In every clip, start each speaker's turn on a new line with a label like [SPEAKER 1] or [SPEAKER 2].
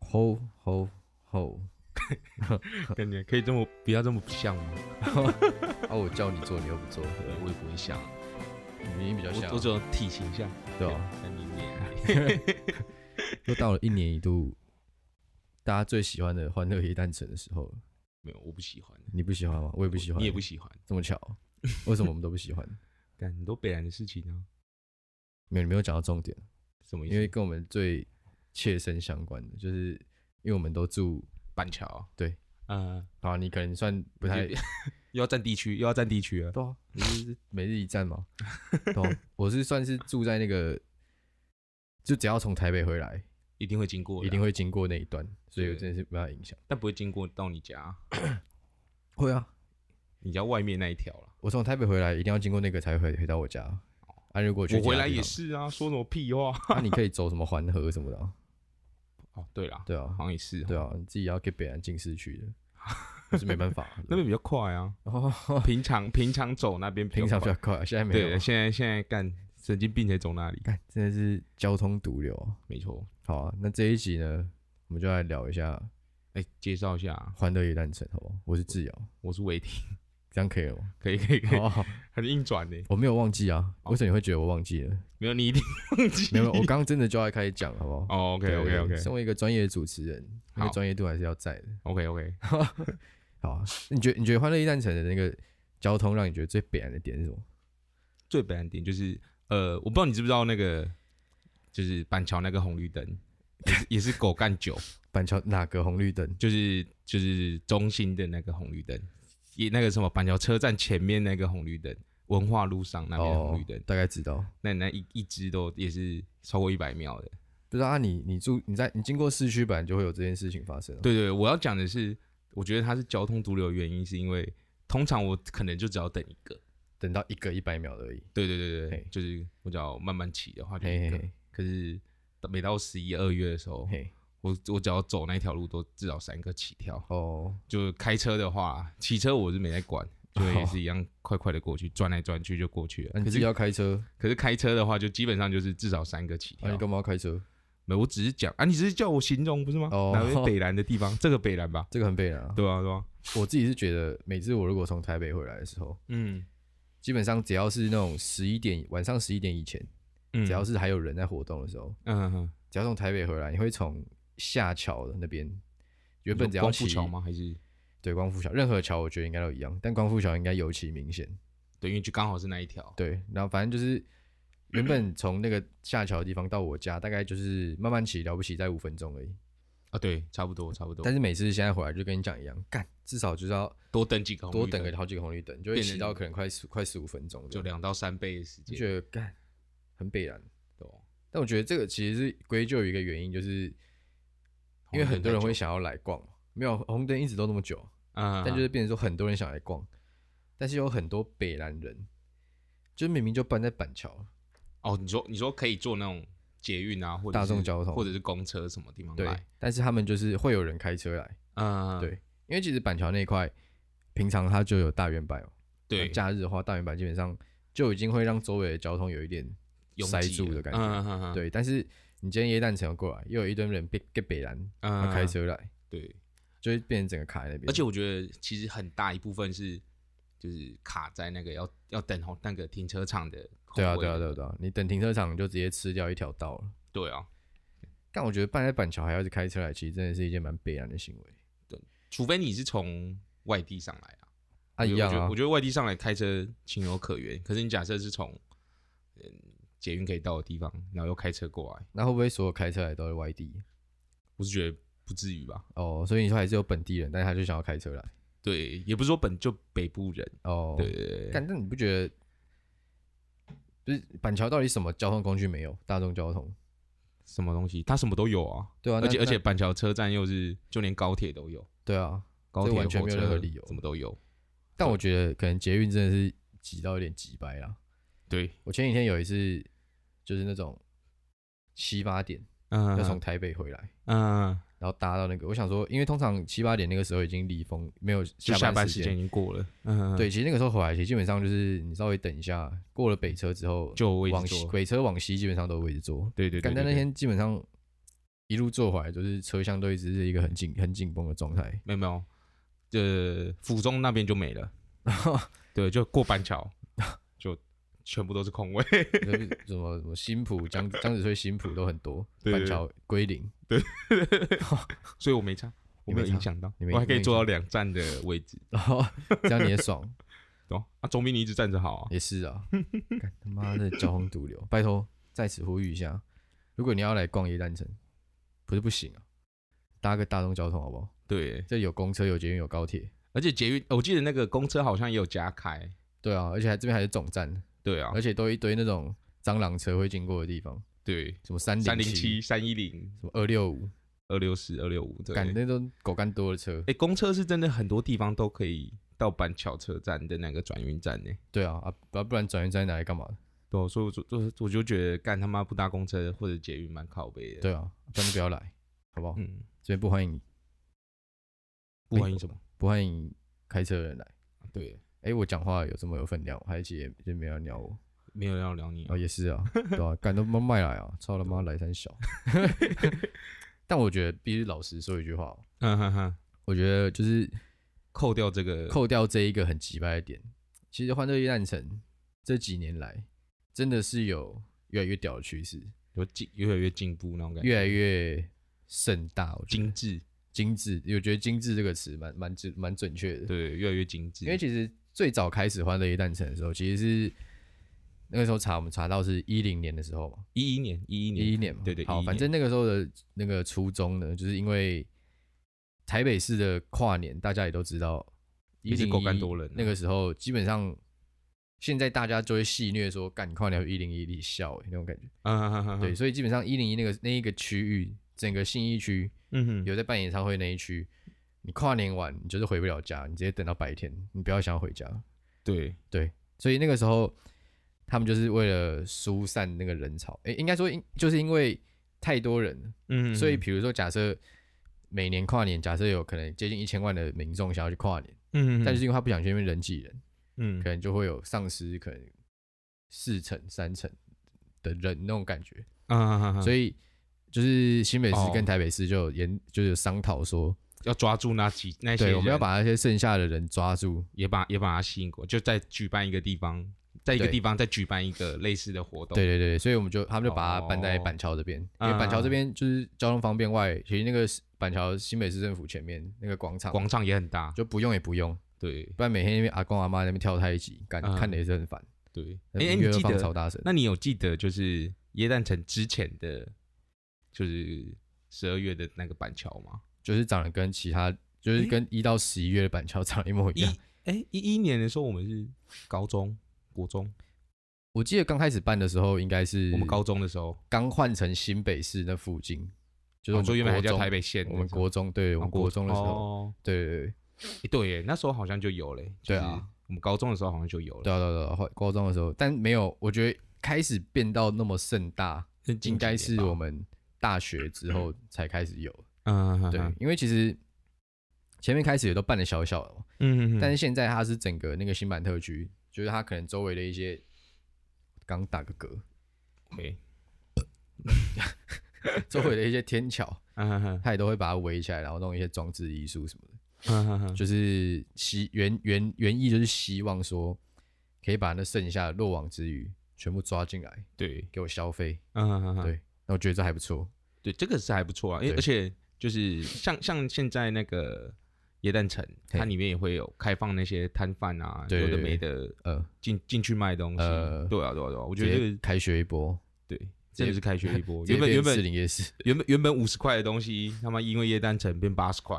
[SPEAKER 1] 吼吼吼！
[SPEAKER 2] 感觉可以这么不要这么不像吗？
[SPEAKER 1] 啊，我叫你做，你又不做，
[SPEAKER 2] 我也不会像，
[SPEAKER 1] 你比较像
[SPEAKER 2] 我我，只有体型像，
[SPEAKER 1] 对 吧？
[SPEAKER 2] 那你你
[SPEAKER 1] 又到了一年一度大家最喜欢的欢乐黑蛋城的时候了，
[SPEAKER 2] 没有，我不喜欢，
[SPEAKER 1] 你不喜欢吗？我也不喜欢，
[SPEAKER 2] 你也不喜欢，
[SPEAKER 1] 这么巧，为什么我们都不喜欢？
[SPEAKER 2] 干很多北然的事情呢？
[SPEAKER 1] 没有，你没有讲到重点，
[SPEAKER 2] 什么意
[SPEAKER 1] 因
[SPEAKER 2] 思？
[SPEAKER 1] 为跟我们最切身相关的，就是因为我们都住
[SPEAKER 2] 板桥，
[SPEAKER 1] 对，
[SPEAKER 2] 呃，
[SPEAKER 1] 啊，你可能算不太
[SPEAKER 2] 你又要占地区，又要占地区了，
[SPEAKER 1] 对啊，你就是每日一站嘛。对 啊、我是算是住在那个，就只要从台北回来，
[SPEAKER 2] 一定会经过，
[SPEAKER 1] 一定，会经过那一段，所以我
[SPEAKER 2] 是
[SPEAKER 1] 真的是被它影响。
[SPEAKER 2] 但不会经过到你家，
[SPEAKER 1] 会啊，
[SPEAKER 2] 你家外面那一条了。
[SPEAKER 1] 我从台北回来一定要经过那个才回回到我家。啊，如果去
[SPEAKER 2] 我
[SPEAKER 1] 其他
[SPEAKER 2] 回来
[SPEAKER 1] 地
[SPEAKER 2] 也
[SPEAKER 1] 方，
[SPEAKER 2] 是啊，说什么屁话？
[SPEAKER 1] 啊，你可以走什么环河什么的啊、
[SPEAKER 2] 哦，对啦，
[SPEAKER 1] 对啊
[SPEAKER 2] 好，像也是，
[SPEAKER 1] 对啊，你自己要给北南进市区 的，可是没办法。
[SPEAKER 2] 那边比较快啊，
[SPEAKER 1] 哦，
[SPEAKER 2] 平常平常走那边
[SPEAKER 1] 平常比
[SPEAKER 2] 快
[SPEAKER 1] 较快，现在没有
[SPEAKER 2] 对，，现在现在干神经病才走那 里，
[SPEAKER 1] 干真的是交通毒瘤啊。
[SPEAKER 2] 没错。
[SPEAKER 1] 好啊，那这一集呢，我们就来聊一下
[SPEAKER 2] 哎，介绍一下，
[SPEAKER 1] 欢乐一诞城，好不好？我是志尧，
[SPEAKER 2] 我是维婷，
[SPEAKER 1] 这样可以了 吗？
[SPEAKER 2] 可以可以可以，
[SPEAKER 1] 好好，
[SPEAKER 2] 很硬转呢。
[SPEAKER 1] 我没有忘记啊，为什么你会觉得我忘记了？
[SPEAKER 2] 没有，你一定忘记。
[SPEAKER 1] 没有，我刚刚真的就要开始讲，好不好？
[SPEAKER 2] 哦，OK
[SPEAKER 1] 对
[SPEAKER 2] OK
[SPEAKER 1] 对
[SPEAKER 2] OK
[SPEAKER 1] 身为一个专业的主持人，那个
[SPEAKER 2] 好
[SPEAKER 1] 专业度还是要在的。
[SPEAKER 2] OK OK，
[SPEAKER 1] 好啊，你觉得你觉得欢乐一诞城的那个交通让你觉得最北然的点是什么？
[SPEAKER 2] 最北岸点就是呃，我不知道你知不知道那个，就是板桥那个红绿灯，也是也是狗干酒，
[SPEAKER 1] 板桥哪个红绿灯？
[SPEAKER 2] 就是就是中心的那个红绿灯，也那个什么板桥车站前面那个红绿灯，文化路上那边的红绿灯，
[SPEAKER 1] 哦大概知道。
[SPEAKER 2] 那那一一只都也是超过一百秒的。
[SPEAKER 1] 不知道啊，你你住你在你经过市区，本来就会有这件事情发生啊。
[SPEAKER 2] 对对，我要讲的是，我觉得它是交通毒瘤的原因，是因为通常我可能就只要等一个。
[SPEAKER 1] 等到一个一百秒而已。
[SPEAKER 2] 对对对对
[SPEAKER 1] 嘿，
[SPEAKER 2] 就是我只要慢慢骑的话就
[SPEAKER 1] 嘿
[SPEAKER 2] 一个。
[SPEAKER 1] 嘿
[SPEAKER 2] 可是每到十一二月的时候
[SPEAKER 1] 嘿，，嘿，
[SPEAKER 2] 我我只要走那条路都至少三个起跳。
[SPEAKER 1] 哦，
[SPEAKER 2] 就开车的话，骑车我是没在管，就也是一样快快的过去，转来转去就过去了。
[SPEAKER 1] 那哦啊你
[SPEAKER 2] 可
[SPEAKER 1] 自己
[SPEAKER 2] 是
[SPEAKER 1] 要开车，
[SPEAKER 2] 可是开车的话，就基本上就是至少三个起
[SPEAKER 1] 啊，
[SPEAKER 2] 跳
[SPEAKER 1] 你。干嘛要开车？
[SPEAKER 2] 没有，我只是讲啊，你只是叫我形容不是吗？
[SPEAKER 1] 哦
[SPEAKER 2] 哪 边北南的地方？这个北南吧？
[SPEAKER 1] 这个很北然啊。
[SPEAKER 2] 对啊，对啊。
[SPEAKER 1] 我自己是觉得，每次我如果从台北回来的时候，
[SPEAKER 2] 嗯
[SPEAKER 1] 基本上只要是那种十一点晚上十一点以前，
[SPEAKER 2] 嗯，
[SPEAKER 1] 只要是还有人在活动的时候，
[SPEAKER 2] 嗯嗯，
[SPEAKER 1] 只要从台北回来，你会从下桥的那边，原本只要
[SPEAKER 2] 光复
[SPEAKER 1] 骑
[SPEAKER 2] 桥吗？还是
[SPEAKER 1] 对光复桥，任何桥我觉得应该都一样，但光复桥应该尤其明显。
[SPEAKER 2] 对，因为就刚好是那一条。
[SPEAKER 1] 对，然后反正就是原 本从那个下桥的地方到我家，大概就是慢慢骑，了不起在五分钟而已。
[SPEAKER 2] 啊，对，差不多，差不多。
[SPEAKER 1] 但是每次现在回来就跟你讲一样，干至少就是要
[SPEAKER 2] 多等几个红绿
[SPEAKER 1] 多
[SPEAKER 2] 灯，
[SPEAKER 1] 等个好几个红绿灯，就会
[SPEAKER 2] 变
[SPEAKER 1] 骑
[SPEAKER 2] 成
[SPEAKER 1] 到可能快十快十五分钟这
[SPEAKER 2] 就
[SPEAKER 1] 样，
[SPEAKER 2] 两到三倍的时
[SPEAKER 1] 就
[SPEAKER 2] 间。
[SPEAKER 1] 觉得干很北然。
[SPEAKER 2] 对哦
[SPEAKER 1] 但我觉得这个其实是归咎于一个原因，就是因为很多人会想要来逛嘛，没有红灯一直都那么久，啊
[SPEAKER 2] 嗯，
[SPEAKER 1] 但就是变成说很多人想来逛，但是有很多北南人，就明明就搬在板桥，
[SPEAKER 2] 哦，你说你说可以坐那种捷运啊，或者
[SPEAKER 1] 大
[SPEAKER 2] 是
[SPEAKER 1] 众交通
[SPEAKER 2] 或者是公车什么地方
[SPEAKER 1] 对
[SPEAKER 2] 来？，
[SPEAKER 1] 但是他们就是会有人开车来，
[SPEAKER 2] 嗯，
[SPEAKER 1] 对因为其实板桥那一块平常它就有大圆柏哦，
[SPEAKER 2] 对
[SPEAKER 1] 那，假日的话大圆柏基本上就已经会让周围的交通有一点
[SPEAKER 2] 拥
[SPEAKER 1] 塞
[SPEAKER 2] 挤
[SPEAKER 1] 住的感觉，
[SPEAKER 2] 嗯嗯嗯，
[SPEAKER 1] 对，但是你今天耶诞城有过来，又有一堆人被给北南
[SPEAKER 2] 嗯
[SPEAKER 1] 他开车来，
[SPEAKER 2] 对，
[SPEAKER 1] 就会变成整个卡在那边，
[SPEAKER 2] 而且我觉得其实很大一部分是就是卡在那个要要等红那个停车场的
[SPEAKER 1] 对啊，
[SPEAKER 2] 后
[SPEAKER 1] 对
[SPEAKER 2] 位
[SPEAKER 1] 啊，对啊，
[SPEAKER 2] 的
[SPEAKER 1] 对啊，你等停车场就直接吃掉一条道了。
[SPEAKER 2] 对啊，
[SPEAKER 1] 但我觉得办在板桥还要是开车来，其实真的是一件蛮悲然的行为。
[SPEAKER 2] 除非你是从外地上来啊，
[SPEAKER 1] 啊，
[SPEAKER 2] 我觉
[SPEAKER 1] 一
[SPEAKER 2] 得
[SPEAKER 1] 样
[SPEAKER 2] 我觉得
[SPEAKER 1] 啊
[SPEAKER 2] 我，觉得外地上来开车情有可原，可是你假设是从嗯捷运可以到的地方，然后又开车过来，
[SPEAKER 1] 那会不会所有开车来都是外地？
[SPEAKER 2] 我是觉得不至于吧？
[SPEAKER 1] 哦，所以你说还是有本地人，但是他就想要开车来。
[SPEAKER 2] 对，也不是说本就北部人，
[SPEAKER 1] 哦，
[SPEAKER 2] 对。对对对，
[SPEAKER 1] 但但你不觉得，不是板桥到底什么交通工具没有？大众交通，
[SPEAKER 2] 什么东西它什么都有啊，
[SPEAKER 1] 对啊，
[SPEAKER 2] 而且
[SPEAKER 1] 那
[SPEAKER 2] 而且
[SPEAKER 1] 那
[SPEAKER 2] 板桥车站又是就连高铁都有，
[SPEAKER 1] 对啊。
[SPEAKER 2] 高铁
[SPEAKER 1] 完全
[SPEAKER 2] 火
[SPEAKER 1] 没有
[SPEAKER 2] 车
[SPEAKER 1] 任何理由
[SPEAKER 2] 什么都有，
[SPEAKER 1] 但我觉得可能捷运真的是挤到有点挤掰啦。
[SPEAKER 2] 对，
[SPEAKER 1] 我前几天有一次，就是那种七八点
[SPEAKER 2] 嗯
[SPEAKER 1] 要从台北回来，
[SPEAKER 2] 嗯，
[SPEAKER 1] 然后搭到那个，我想说，因为通常七八点那个时候已经离峰没有
[SPEAKER 2] 就
[SPEAKER 1] 下
[SPEAKER 2] 下
[SPEAKER 1] 班
[SPEAKER 2] 班
[SPEAKER 1] 时
[SPEAKER 2] 时间已经过了，嗯，
[SPEAKER 1] 对，其实那个时候回来，其实基本上就是你稍微等一下，过了北车之后，
[SPEAKER 2] 嗯就我
[SPEAKER 1] 往
[SPEAKER 2] 往
[SPEAKER 1] 西
[SPEAKER 2] 西，
[SPEAKER 1] 北车往西基本上都有位置坐。
[SPEAKER 2] 对对对，
[SPEAKER 1] 干
[SPEAKER 2] 对
[SPEAKER 1] 但那
[SPEAKER 2] 对
[SPEAKER 1] 天基本上一路坐回来，就是车厢都一直是一个很紧很紧绷的状态。
[SPEAKER 2] 没有没有，呃，府中那边就没了，
[SPEAKER 1] 哦
[SPEAKER 2] 对，就过板桥就全部都是空位，
[SPEAKER 1] 就是 什么什么新浦江江子翠新浦都很多，
[SPEAKER 2] 对对
[SPEAKER 1] 板桥归零。
[SPEAKER 2] 所以我没差，
[SPEAKER 1] 你
[SPEAKER 2] 我没
[SPEAKER 1] 没
[SPEAKER 2] 有
[SPEAKER 1] 差
[SPEAKER 2] 影响到，
[SPEAKER 1] 你没
[SPEAKER 2] 我还可以
[SPEAKER 1] 没
[SPEAKER 2] 坐到两站的位置，
[SPEAKER 1] 然后 这样你也爽，
[SPEAKER 2] 懂？啊，总比你一直站着好啊。
[SPEAKER 1] 也是啊，干他妈的交通毒瘤，拜托在此呼吁一下，如果你要来逛夜诞城，不是不行啊，搭个大众交通好不好？
[SPEAKER 2] 对，
[SPEAKER 1] 这有公车、有捷运、有高铁，
[SPEAKER 2] 而且捷运，我记得那个公车好像也有加开，
[SPEAKER 1] 对啊，而且还这边还是总站，
[SPEAKER 2] 对啊
[SPEAKER 1] 而，且都一堆那种蟑螂车会经过的地方，
[SPEAKER 2] 对，
[SPEAKER 1] 什么三
[SPEAKER 2] 三
[SPEAKER 1] 零
[SPEAKER 2] 零
[SPEAKER 1] 七、
[SPEAKER 2] 七、三一零、
[SPEAKER 1] 什么二六五，
[SPEAKER 2] 二六四、二六五，对。
[SPEAKER 1] 感那都狗干多的车
[SPEAKER 2] 哎、，公车是真的很多地方都可以到板桥车站的那个转运站呢。
[SPEAKER 1] 对啊啊，不不然转运站拿来干嘛？
[SPEAKER 2] 对哦，所以我就就我就觉得干他妈不搭公车或者捷运蛮靠背的。，
[SPEAKER 1] 对啊，咱们不要 来，好不好？
[SPEAKER 2] 嗯，
[SPEAKER 1] 这边不欢迎你，
[SPEAKER 2] 不欢迎什么？
[SPEAKER 1] 不欢迎开车的人来。
[SPEAKER 2] 啊对，
[SPEAKER 1] 哎、我讲话有这么有分量，还其实也也没有人鸟我。
[SPEAKER 2] 没有人要聊你、啊
[SPEAKER 1] 哦，。也是啊，对 啊，敢都妈卖来啊，操他妈来三小。但我觉得必须老实说一句话哦，
[SPEAKER 2] 嗯哼哼，
[SPEAKER 1] 我觉得就是
[SPEAKER 2] 扣掉这个，
[SPEAKER 1] 扣掉这一个很奇怪的点，其实欢乐夜诞城这几年来真的是有越来越屌的趋势，
[SPEAKER 2] 有进越来越进步那种感觉，
[SPEAKER 1] 越来越盛大，我觉得
[SPEAKER 2] 精致，
[SPEAKER 1] 精致，我觉得精致这个词蛮蛮准蛮准确的，
[SPEAKER 2] 对，越来越精致。
[SPEAKER 1] 因为其实最早开始欢乐夜诞城的时候，其实是那个时候查我们查到是一零年的时候嘛，
[SPEAKER 2] 一一年，一一年，
[SPEAKER 1] 一一年嘛，
[SPEAKER 2] 对对，
[SPEAKER 1] 好，
[SPEAKER 2] 11
[SPEAKER 1] 反
[SPEAKER 2] 年
[SPEAKER 1] 正那个时候的那个初衷呢，就是因为台北市的跨年，大家也都知道，一
[SPEAKER 2] 也是
[SPEAKER 1] 零
[SPEAKER 2] 够干多人啊
[SPEAKER 1] 那个时候基本上，现在大家就会戏谑说干跨年一零一里笑、欸、那种感觉，
[SPEAKER 2] 嗯哼哼哼，
[SPEAKER 1] 对，，所以基本上一零一那个那一个区域，整个信义区
[SPEAKER 2] 嗯哼，
[SPEAKER 1] 有在办演唱会那一区，你跨年晚你就是回不了家，你直接等到白天，你不要想要回家，
[SPEAKER 2] 对，
[SPEAKER 1] 所以那个时候他们就是为了疏散那个人潮，诶、应该说因就是因为太多人了。
[SPEAKER 2] 嗯哼，
[SPEAKER 1] 所以，比如说，假设每年跨年，假设有可能接近一千万的民众想要去跨年，
[SPEAKER 2] 嗯哼，
[SPEAKER 1] 但是因为他不想去那边人挤人，
[SPEAKER 2] 嗯
[SPEAKER 1] 可能就会有丧失可能四成、三成的人那种感觉。
[SPEAKER 2] 啊哈哈，
[SPEAKER 1] 所
[SPEAKER 2] 以
[SPEAKER 1] 以，就是新北市
[SPEAKER 2] 哦
[SPEAKER 1] 跟台北市就有研，就是有商讨说，
[SPEAKER 2] 要抓住那几那些
[SPEAKER 1] 对，
[SPEAKER 2] 人，
[SPEAKER 1] 我们要把那些剩下的人抓住。
[SPEAKER 2] 也把也把它吸引过，就再举办一个地方，在一个
[SPEAKER 1] 对
[SPEAKER 2] 地方再举办一个类似的活动。
[SPEAKER 1] 对，对对，所以我们就他们就把它搬在
[SPEAKER 2] 哦
[SPEAKER 1] 板桥这边，因
[SPEAKER 2] 啊
[SPEAKER 1] 为板桥这边就是交通方便外，其实那个板桥新北市政府前面那个广场
[SPEAKER 2] 广场也很大。
[SPEAKER 1] 就不用也不用。
[SPEAKER 2] 对
[SPEAKER 1] 不然每天那边阿公阿妈在那边跳太极，感、
[SPEAKER 2] 嗯
[SPEAKER 1] 看的也是很烦。
[SPEAKER 2] 对，哎、
[SPEAKER 1] 音
[SPEAKER 2] 你
[SPEAKER 1] 乐
[SPEAKER 2] 记
[SPEAKER 1] 放超
[SPEAKER 2] 得？
[SPEAKER 1] 大声，
[SPEAKER 2] 那你有记得就是耶诞城之前的，就是十二月的那个板桥吗？
[SPEAKER 1] 就是长得跟其他，就是
[SPEAKER 2] 诶
[SPEAKER 1] 跟一到十一月的板桥长得一模一
[SPEAKER 2] 一
[SPEAKER 1] 样。
[SPEAKER 2] 哎一一年的时候，我们是高中、国中，
[SPEAKER 1] 我记得刚开始办的时候，应该是
[SPEAKER 2] 我们高中的时候，
[SPEAKER 1] 刚换成新北市那附近，就是我
[SPEAKER 2] 哦所以
[SPEAKER 1] 们
[SPEAKER 2] 原本还
[SPEAKER 1] 国
[SPEAKER 2] 叫
[SPEAKER 1] 中
[SPEAKER 2] 台北县的时候，
[SPEAKER 1] 我们国中，对，我
[SPEAKER 2] 哦
[SPEAKER 1] 们国中的时候，
[SPEAKER 2] 哦
[SPEAKER 1] 对对对，
[SPEAKER 2] 诶对耶，那时候好像就有嘞。
[SPEAKER 1] 对啊，
[SPEAKER 2] 我们高中的时候好像就有了。
[SPEAKER 1] 对啊对啊对啊，后来高中的时候，但没有，我觉得开始变到那么盛大，
[SPEAKER 2] 是近
[SPEAKER 1] 应
[SPEAKER 2] 几
[SPEAKER 1] 该
[SPEAKER 2] 年
[SPEAKER 1] 是
[SPEAKER 2] 吧
[SPEAKER 1] 我们大学之后才开始有。
[SPEAKER 2] 嗯，嗯
[SPEAKER 1] 对
[SPEAKER 2] 嗯，
[SPEAKER 1] 因为其实前面开始也都办的小小的嘛，
[SPEAKER 2] 嗯，嗯
[SPEAKER 1] 但是现在它是整个那个新版特区，就是它可能周围的一些，刚打个 嗝，
[SPEAKER 2] 没，
[SPEAKER 1] 周围的一些天桥，
[SPEAKER 2] 嗯嗯嗯
[SPEAKER 1] 它也都会把它围起来，然后弄一些装置艺术什么的，
[SPEAKER 2] 嗯嗯嗯，
[SPEAKER 1] 就是希原原原意就是希望说，可以把那剩下的漏网之鱼全部抓进来，
[SPEAKER 2] 对，
[SPEAKER 1] 给我消费。
[SPEAKER 2] 嗯嗯嗯嗯，
[SPEAKER 1] 对那我觉得这还不错，
[SPEAKER 2] 对，这个是还不错啊，因为
[SPEAKER 1] 对
[SPEAKER 2] 而且就是像像现在那个椰蛋城，它
[SPEAKER 1] 嘿
[SPEAKER 2] 里面也会有开放那些摊贩啊，
[SPEAKER 1] 对
[SPEAKER 2] 有的
[SPEAKER 1] 对
[SPEAKER 2] 没的
[SPEAKER 1] 呃，
[SPEAKER 2] 进进去卖东西。
[SPEAKER 1] 呃
[SPEAKER 2] 对啊，对啊，对啊，我
[SPEAKER 1] 我
[SPEAKER 2] 觉得这个
[SPEAKER 1] 开学一波，
[SPEAKER 2] 对，
[SPEAKER 1] 直
[SPEAKER 2] 真
[SPEAKER 1] 接
[SPEAKER 2] 的是开学一波。
[SPEAKER 1] 直接
[SPEAKER 2] 原本原
[SPEAKER 1] 变士
[SPEAKER 2] 本
[SPEAKER 1] 林夜市，
[SPEAKER 2] 原本原本五十块的东西，他妈因为椰蛋城变八十块，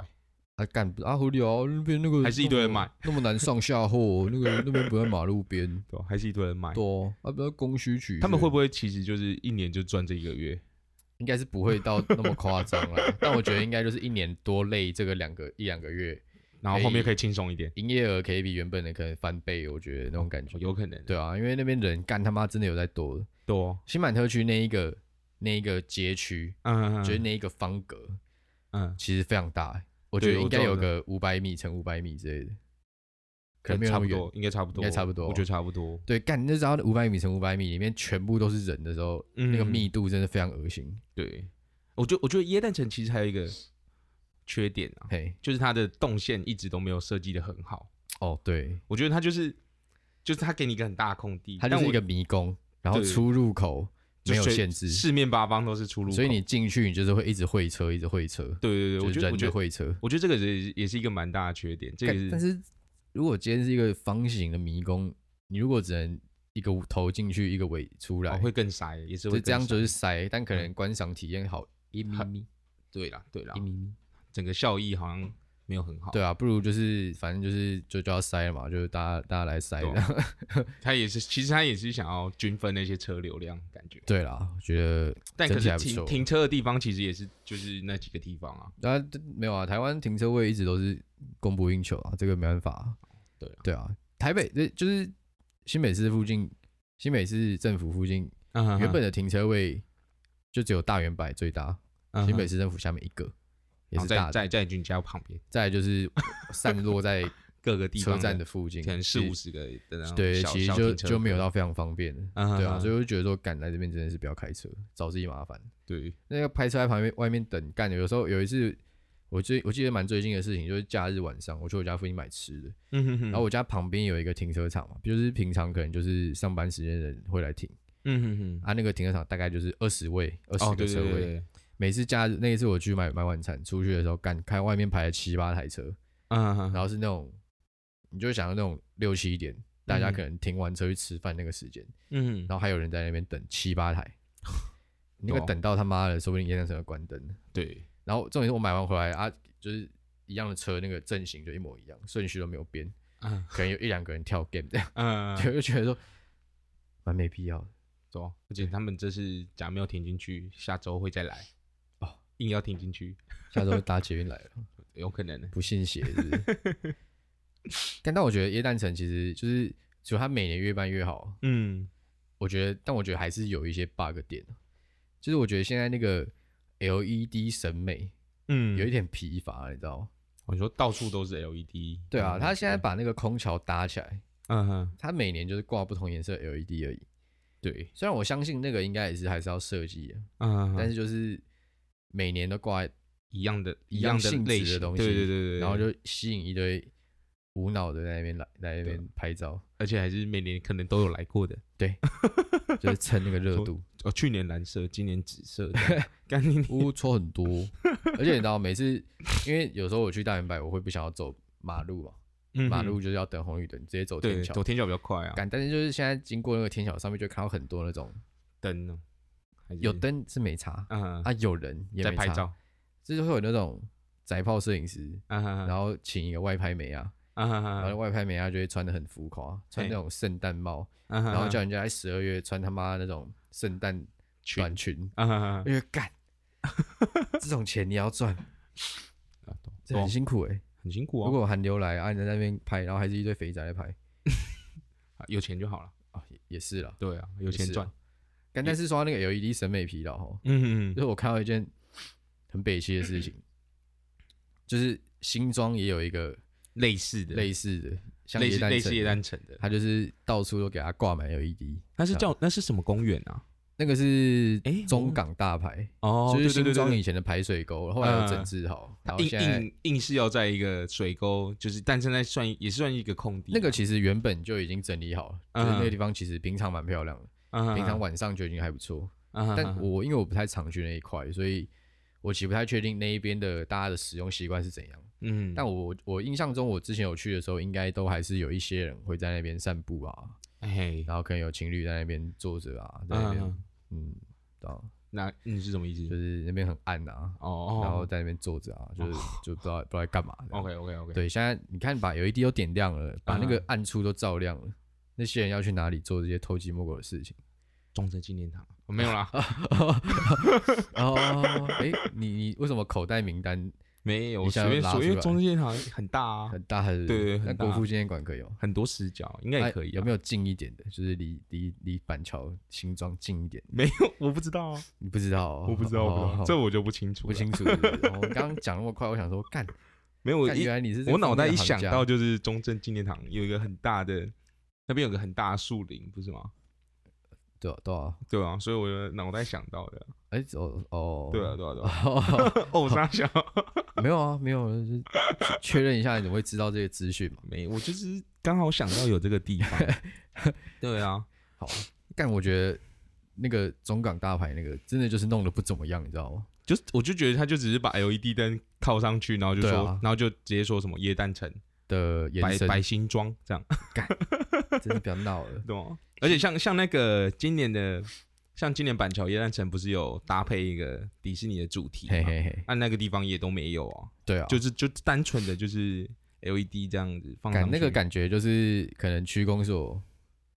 [SPEAKER 1] 啊干啊好聊，那边那个
[SPEAKER 2] 还是一堆人买，
[SPEAKER 1] 那么难上下货，那个那边不在马路 边，
[SPEAKER 2] 对啊，还是一堆人买。
[SPEAKER 1] 多啊不要供需取
[SPEAKER 2] 他们
[SPEAKER 1] 悦
[SPEAKER 2] 会不会其实就是一年就赚这一个月？
[SPEAKER 1] 应该是不会到那么夸张啦，但我觉得应该就是一年多累这个两个一两个月，
[SPEAKER 2] 然后后面
[SPEAKER 1] 可
[SPEAKER 2] 可以轻松一点，
[SPEAKER 1] 营业额可以比原本的可能翻倍，我觉得那种感觉
[SPEAKER 2] 哦。有可能。
[SPEAKER 1] 对啊，因为那边人干他妈真的有在多的，
[SPEAKER 2] 多，
[SPEAKER 1] 新满特区那一个那一个街区，
[SPEAKER 2] 嗯，嗯
[SPEAKER 1] 就是
[SPEAKER 2] 嗯
[SPEAKER 1] 那一个方格，
[SPEAKER 2] 嗯，
[SPEAKER 1] 其实非常大欸、我觉得
[SPEAKER 2] 对
[SPEAKER 1] 应该
[SPEAKER 2] 我知道
[SPEAKER 1] 有个五百米乘五百米之类的，可能没有
[SPEAKER 2] 差
[SPEAKER 1] 那么
[SPEAKER 2] 不
[SPEAKER 1] 远
[SPEAKER 2] 多，。应该差不多，
[SPEAKER 1] 应该差不多
[SPEAKER 2] 我觉得差不多。
[SPEAKER 1] 对，干，你就知道五百米乘五百米里面全部都是人的时候，那个
[SPEAKER 2] 嗯
[SPEAKER 1] 密度真的非常恶心。
[SPEAKER 2] 对，我觉得我觉得耶诞城其实还有一个缺点啊，
[SPEAKER 1] 嘿，
[SPEAKER 2] 就是它的动线一直都没有设计的很好。
[SPEAKER 1] 哦，对，
[SPEAKER 2] 我觉得它就是就是它给你一个很大的空地，
[SPEAKER 1] 它就
[SPEAKER 2] 但
[SPEAKER 1] 是
[SPEAKER 2] 我
[SPEAKER 1] 一个迷宫，然后
[SPEAKER 2] 对
[SPEAKER 1] 出入口
[SPEAKER 2] 就
[SPEAKER 1] 没有
[SPEAKER 2] 随
[SPEAKER 1] 限制，
[SPEAKER 2] 四面八方都是出入口，
[SPEAKER 1] 所以你进去你就是会一直会车，一直会车，
[SPEAKER 2] 对对对，
[SPEAKER 1] 就是
[SPEAKER 2] 我觉得我
[SPEAKER 1] 人
[SPEAKER 2] 觉
[SPEAKER 1] 就
[SPEAKER 2] 得
[SPEAKER 1] 会车。
[SPEAKER 2] 我觉得这个也是也是一个蛮大的缺点，这个
[SPEAKER 1] 干
[SPEAKER 2] 是
[SPEAKER 1] 但是如果今天是一个方形的迷宫，你如果只能一个头进去，一个尾出来，
[SPEAKER 2] 哦会嗯更塞，也是会
[SPEAKER 1] 就
[SPEAKER 2] 更
[SPEAKER 1] 这样
[SPEAKER 2] 塞
[SPEAKER 1] 就是塞，但可能观赏体验好一咪咪
[SPEAKER 2] 对啦对啦
[SPEAKER 1] 一，咪咪。
[SPEAKER 2] 整个效益好像没有很好。
[SPEAKER 1] 啊对啊，不如就是反正就是就就要塞了嘛，就是大家大家来塞
[SPEAKER 2] 对
[SPEAKER 1] 这
[SPEAKER 2] 啊
[SPEAKER 1] 样。
[SPEAKER 2] 他也是，其实他也是想要均分那些车流量，感觉。
[SPEAKER 1] 对啦，我觉得
[SPEAKER 2] 但
[SPEAKER 1] 整
[SPEAKER 2] 可
[SPEAKER 1] 体还
[SPEAKER 2] 是
[SPEAKER 1] 不错
[SPEAKER 2] 停。停车的地方其实也是就是那几个地方啊，
[SPEAKER 1] 啊，这没有啊，台湾停车位一直都是供不应求啊，这个没办法啊、
[SPEAKER 2] 对啊
[SPEAKER 1] 对啊，台北这就是新北市附近，新北市政府附近
[SPEAKER 2] 嗯
[SPEAKER 1] 原本的停车位就只有大圆柏最大，新北
[SPEAKER 2] 市
[SPEAKER 1] 市政府下面一个也是
[SPEAKER 2] 在
[SPEAKER 1] 大的，
[SPEAKER 2] 在在君家旁边
[SPEAKER 1] 再来就是散落在
[SPEAKER 2] 各 个地方
[SPEAKER 1] 车站的附近，
[SPEAKER 2] 可能四
[SPEAKER 1] 其实
[SPEAKER 2] 五十个的那种
[SPEAKER 1] 对，
[SPEAKER 2] 小
[SPEAKER 1] 其实
[SPEAKER 2] 小
[SPEAKER 1] 就
[SPEAKER 2] 停车
[SPEAKER 1] 就没有
[SPEAKER 2] 格
[SPEAKER 1] 到非常方便的，
[SPEAKER 2] 嗯哼
[SPEAKER 1] 对啊，
[SPEAKER 2] 哼
[SPEAKER 1] 所以我就觉得说，赶来这边真的是不要开车，找自己麻烦。
[SPEAKER 2] 对
[SPEAKER 1] 那个拍车在旁边外面等干，有时候有一次，我记我记得蛮最近的事情，就是假日晚上，我去我家附近买吃的，
[SPEAKER 2] 嗯哼哼，
[SPEAKER 1] 然后我家旁边有一个停车场嘛，就是平常可能就是上班时间的人会来停，
[SPEAKER 2] 嗯哼哼，
[SPEAKER 1] 啊，那个停车场大概就是二十位、二
[SPEAKER 2] 哦
[SPEAKER 1] 十个
[SPEAKER 2] 对对
[SPEAKER 1] 车
[SPEAKER 2] 对
[SPEAKER 1] 位，
[SPEAKER 2] 对，
[SPEAKER 1] 每次假日那一次我去买买晚餐，出去的时候干看外面排了七八台车，
[SPEAKER 2] 嗯哼
[SPEAKER 1] 然
[SPEAKER 2] 哼，
[SPEAKER 1] 后是那种，你就想到那种六七点，大
[SPEAKER 2] 嗯
[SPEAKER 1] 家可能停完车去吃饭那个时间，
[SPEAKER 2] 嗯哼，
[SPEAKER 1] 然后还有人在那边等七八台，那个等到他妈的，说不定验证车关灯了。
[SPEAKER 2] 对，
[SPEAKER 1] 然后重点是我买完回来啊，就是一样的车，那个阵型就一模一样，顺序都没有变，
[SPEAKER 2] 嗯
[SPEAKER 1] 可能有一两个人跳 game 这样，
[SPEAKER 2] 嗯，
[SPEAKER 1] 就就觉得说蛮没必要的。
[SPEAKER 2] 走啊，而且他们这是假没有停进去，下周会再来，
[SPEAKER 1] 哦，
[SPEAKER 2] 硬要停进去，
[SPEAKER 1] 下周搭捷运来了，
[SPEAKER 2] 有可能的，
[SPEAKER 1] 不信邪是不是？但但我觉得耶诞城其实就是，只有它每年越办越好，
[SPEAKER 2] 嗯，
[SPEAKER 1] 我觉得，但我觉得还是有一些 bug 点，就是我觉得现在那个 LED 审美
[SPEAKER 2] 嗯
[SPEAKER 1] 有一点疲乏，你知道吗？
[SPEAKER 2] 我说到处都是 LED，
[SPEAKER 1] 对啊，
[SPEAKER 2] 嗯
[SPEAKER 1] 他现在把那个空桥搭起来，
[SPEAKER 2] 嗯哼，
[SPEAKER 1] 他每年就是挂不同颜色的 LED 而已。
[SPEAKER 2] 对，
[SPEAKER 1] 虽然我相信那个应该也是还是要设计的，
[SPEAKER 2] 嗯，
[SPEAKER 1] 但是就是每年都挂，
[SPEAKER 2] 一样的
[SPEAKER 1] 一
[SPEAKER 2] 样
[SPEAKER 1] 样
[SPEAKER 2] 的
[SPEAKER 1] 性质
[SPEAKER 2] 类
[SPEAKER 1] 的
[SPEAKER 2] 型
[SPEAKER 1] 东
[SPEAKER 2] 对
[SPEAKER 1] 西
[SPEAKER 2] 对对对，
[SPEAKER 1] 然后就吸引一堆无脑的在那边来来那
[SPEAKER 2] 啊
[SPEAKER 1] 边拍照，
[SPEAKER 2] 而且还是每年可能都有来过的。
[SPEAKER 1] 就是蹭那个热 度。
[SPEAKER 2] 哦，去年蓝色，今年紫色这 样，干净
[SPEAKER 1] 我错很多，而且你知道，每次因为有时候我去大圆柏，我会不想要走马路嘛，马路就是要等红绿灯，直接走
[SPEAKER 2] 嗯对
[SPEAKER 1] 天桥
[SPEAKER 2] 走。天桥比较快啊，
[SPEAKER 1] 赶，但是就是现在经过那个天桥上面，就看到很多那种
[SPEAKER 2] 灯哦，还是
[SPEAKER 1] 有灯是没差
[SPEAKER 2] 嗯
[SPEAKER 1] 啊，有人也
[SPEAKER 2] 在
[SPEAKER 1] 没
[SPEAKER 2] 拍
[SPEAKER 1] 差，
[SPEAKER 2] 照，
[SPEAKER 1] 就是会有那种宅炮摄影师，
[SPEAKER 2] 嗯
[SPEAKER 1] 然
[SPEAKER 2] 嗯
[SPEAKER 1] 后请一个外拍美啊，然后
[SPEAKER 2] 嗯
[SPEAKER 1] 外拍美啊就会穿的很浮夸，穿那种圣诞帽，
[SPEAKER 2] 嗯，
[SPEAKER 1] 然后叫人家在十二月穿他妈那种圣诞短裙，
[SPEAKER 2] 啊，
[SPEAKER 1] 因为 干这种钱你要赚，这
[SPEAKER 2] 啊懂
[SPEAKER 1] 很辛苦哎、
[SPEAKER 2] 很辛苦
[SPEAKER 1] 如
[SPEAKER 2] 哦，
[SPEAKER 1] 果寒流来啊，你在那边拍，然后还是一堆肥宅在拍
[SPEAKER 2] 啊有钱就好了，
[SPEAKER 1] 啊，也也是啦，
[SPEAKER 2] 对啊，有
[SPEAKER 1] 也
[SPEAKER 2] 钱
[SPEAKER 1] 是啊
[SPEAKER 2] 赚，。
[SPEAKER 1] 但但是说到那个 LED 审美疲劳哦，
[SPEAKER 2] 嗯嗯
[SPEAKER 1] 就是我看到一件很北气的事情，就是新庄也有一个
[SPEAKER 2] 类似的，
[SPEAKER 1] 类似的，嗯像
[SPEAKER 2] 类
[SPEAKER 1] 耶
[SPEAKER 2] 似
[SPEAKER 1] 诞
[SPEAKER 2] 类似
[SPEAKER 1] 城
[SPEAKER 2] 夜
[SPEAKER 1] 一样，
[SPEAKER 2] 单城的，
[SPEAKER 1] 它就是到处都给它挂满 LED。
[SPEAKER 2] 那是叫那是什么公园啊？
[SPEAKER 1] 那个是
[SPEAKER 2] 诶
[SPEAKER 1] 中港大排，
[SPEAKER 2] 哦，
[SPEAKER 1] 就是
[SPEAKER 2] 对对
[SPEAKER 1] 新
[SPEAKER 2] 对
[SPEAKER 1] 庄
[SPEAKER 2] 对，嗯
[SPEAKER 1] 以前的排水沟，后来有整治好，然后
[SPEAKER 2] 硬
[SPEAKER 1] 现在
[SPEAKER 2] 硬硬是要在一个水沟，就是但现在算也是算一个空地啊，
[SPEAKER 1] 那个其实原本就已经整理好了，就是那
[SPEAKER 2] 嗯
[SPEAKER 1] 个地方其实平常蛮漂亮的，
[SPEAKER 2] 嗯
[SPEAKER 1] 平常晚上就已经还不错。
[SPEAKER 2] 嗯
[SPEAKER 1] 但我因为我不太常去那一块，所以我其实不太确定那一边的大家的使用习惯是怎样。
[SPEAKER 2] 嗯，
[SPEAKER 1] 但我我印象中，我之前有去的时候，应该都还是有一些人会在那边散步啊，
[SPEAKER 2] 哎，
[SPEAKER 1] 然后可能有情侣在那边坐着啊，在那边
[SPEAKER 2] 嗯，
[SPEAKER 1] 嗯，对啊，
[SPEAKER 2] 那你是什么意思
[SPEAKER 1] 就？是那边很暗啊，
[SPEAKER 2] 哦，
[SPEAKER 1] 然后在那边坐着啊，就是就不知道不知道在干嘛这样。
[SPEAKER 2] OK OK OK，
[SPEAKER 1] 对，现在你看把 LED 都点亮了，把那
[SPEAKER 2] 嗯
[SPEAKER 1] 个暗处都照亮了，那些人要去哪里做这些偷鸡摸狗的事 情？
[SPEAKER 2] 中正纪念堂哦没有 啦，
[SPEAKER 1] 哦，哎，你你为什么口袋名单
[SPEAKER 2] 没有，
[SPEAKER 1] 一
[SPEAKER 2] 我
[SPEAKER 1] 下
[SPEAKER 2] 随便
[SPEAKER 1] 就拉
[SPEAKER 2] 说，因
[SPEAKER 1] 出
[SPEAKER 2] 为
[SPEAKER 1] 来
[SPEAKER 2] 中正纪念堂很大啊，
[SPEAKER 1] 很大很
[SPEAKER 2] 对对很
[SPEAKER 1] 那
[SPEAKER 2] 大
[SPEAKER 1] 国父纪念馆可以吗？
[SPEAKER 2] 很多死角，应该也可以
[SPEAKER 1] 哎
[SPEAKER 2] 啊。
[SPEAKER 1] 有没有近一点的？就是离离离板桥新庄近一点？
[SPEAKER 2] 没有？我不知道啊，
[SPEAKER 1] 你不知道哦？
[SPEAKER 2] 我不知道，我不知道，
[SPEAKER 1] 哦
[SPEAKER 2] 这我就不清楚
[SPEAKER 1] 不
[SPEAKER 2] 了。
[SPEAKER 1] 清楚。是不是哦我刚刚讲那么快，我想说，干，
[SPEAKER 2] 没有，我
[SPEAKER 1] 干
[SPEAKER 2] 一
[SPEAKER 1] 原来你是这
[SPEAKER 2] 我
[SPEAKER 1] 方
[SPEAKER 2] 脑袋
[SPEAKER 1] 面
[SPEAKER 2] 一
[SPEAKER 1] 的行
[SPEAKER 2] 想
[SPEAKER 1] 家
[SPEAKER 2] 到就是中正纪念堂有一个很大的，那边有个很大的树林，不是吗？
[SPEAKER 1] 对啊对啊，
[SPEAKER 2] 对啊，所以我的脑袋想到的，
[SPEAKER 1] 而哎、哦哦，
[SPEAKER 2] 对啊，对啊，对啊，
[SPEAKER 1] 哦，
[SPEAKER 2] 哦，傻笑，
[SPEAKER 1] 没有啊，没有，就是确确认一下你怎么会知道这个资讯嘛？
[SPEAKER 2] 没，我就是刚好想到有这个地方。 对啊，
[SPEAKER 1] 好，但我觉得那个中港大牌那个真的就是弄得不怎么样，你知道吗？
[SPEAKER 2] 就是我就觉得他就只是把 LED 灯套上去，然后就
[SPEAKER 1] 对
[SPEAKER 2] 说，
[SPEAKER 1] 啊
[SPEAKER 2] 然后就直接说什么椰蛋城、
[SPEAKER 1] 的延
[SPEAKER 2] 白
[SPEAKER 1] 伸，
[SPEAKER 2] 白新庄 这样，
[SPEAKER 1] 真的不要闹 了。
[SPEAKER 2] 对吗？而且像像那个今年的，像今年板桥椰蛋城不是有搭配一个迪士尼的主题
[SPEAKER 1] 嘿
[SPEAKER 2] 嘛？
[SPEAKER 1] 嘿嘿，
[SPEAKER 2] 那、那个地方也都没有啊，
[SPEAKER 1] 对啊，
[SPEAKER 2] 就是就单纯的就是 LED 这样子放上
[SPEAKER 1] 感那
[SPEAKER 2] 去
[SPEAKER 1] 个，感觉就是可能区公所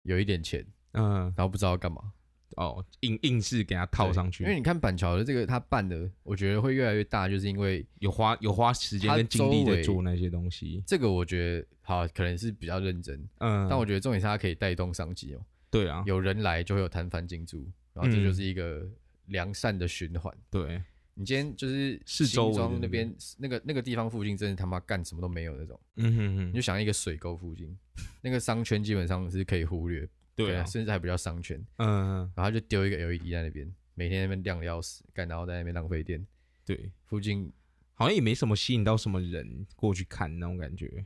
[SPEAKER 1] 有一点钱，
[SPEAKER 2] 嗯、
[SPEAKER 1] 然后不知道干嘛
[SPEAKER 2] 哦，硬硬是给它套
[SPEAKER 1] 对
[SPEAKER 2] 上
[SPEAKER 1] 因为
[SPEAKER 2] 去，
[SPEAKER 1] 你看板桥的这个他办的，我觉得会越来越大，就是因为
[SPEAKER 2] 有花有花时间跟
[SPEAKER 1] 它
[SPEAKER 2] 精力
[SPEAKER 1] 周
[SPEAKER 2] 在
[SPEAKER 1] 围
[SPEAKER 2] 做那些东西，
[SPEAKER 1] 这个我觉得好可能是比较认真，
[SPEAKER 2] 嗯，
[SPEAKER 1] 但我觉得重点是它可以带动商机哦，
[SPEAKER 2] 对啊，
[SPEAKER 1] 有人来就会有摊贩进驻，然后这
[SPEAKER 2] 嗯
[SPEAKER 1] 就是一个良善的循环。
[SPEAKER 2] 对，
[SPEAKER 1] 你今天就是
[SPEAKER 2] 是
[SPEAKER 1] 新
[SPEAKER 2] 周围的
[SPEAKER 1] 庄
[SPEAKER 2] 那
[SPEAKER 1] 那
[SPEAKER 2] 个
[SPEAKER 1] 边那个那个地方附近，真的他妈干什么都没有那种。
[SPEAKER 2] 嗯哼
[SPEAKER 1] 你
[SPEAKER 2] 哼，
[SPEAKER 1] 就想一个水沟附近，那个商圈基本上是可以忽略，
[SPEAKER 2] 对啊，
[SPEAKER 1] 甚至还不叫商圈，
[SPEAKER 2] 嗯、
[SPEAKER 1] 然后他就丢一个 LED 在那边，每天在那边亮的要死，干然后在那边浪费电。
[SPEAKER 2] 对，
[SPEAKER 1] 附近，
[SPEAKER 2] 好像也没什么吸引到什么人过去看那种感觉。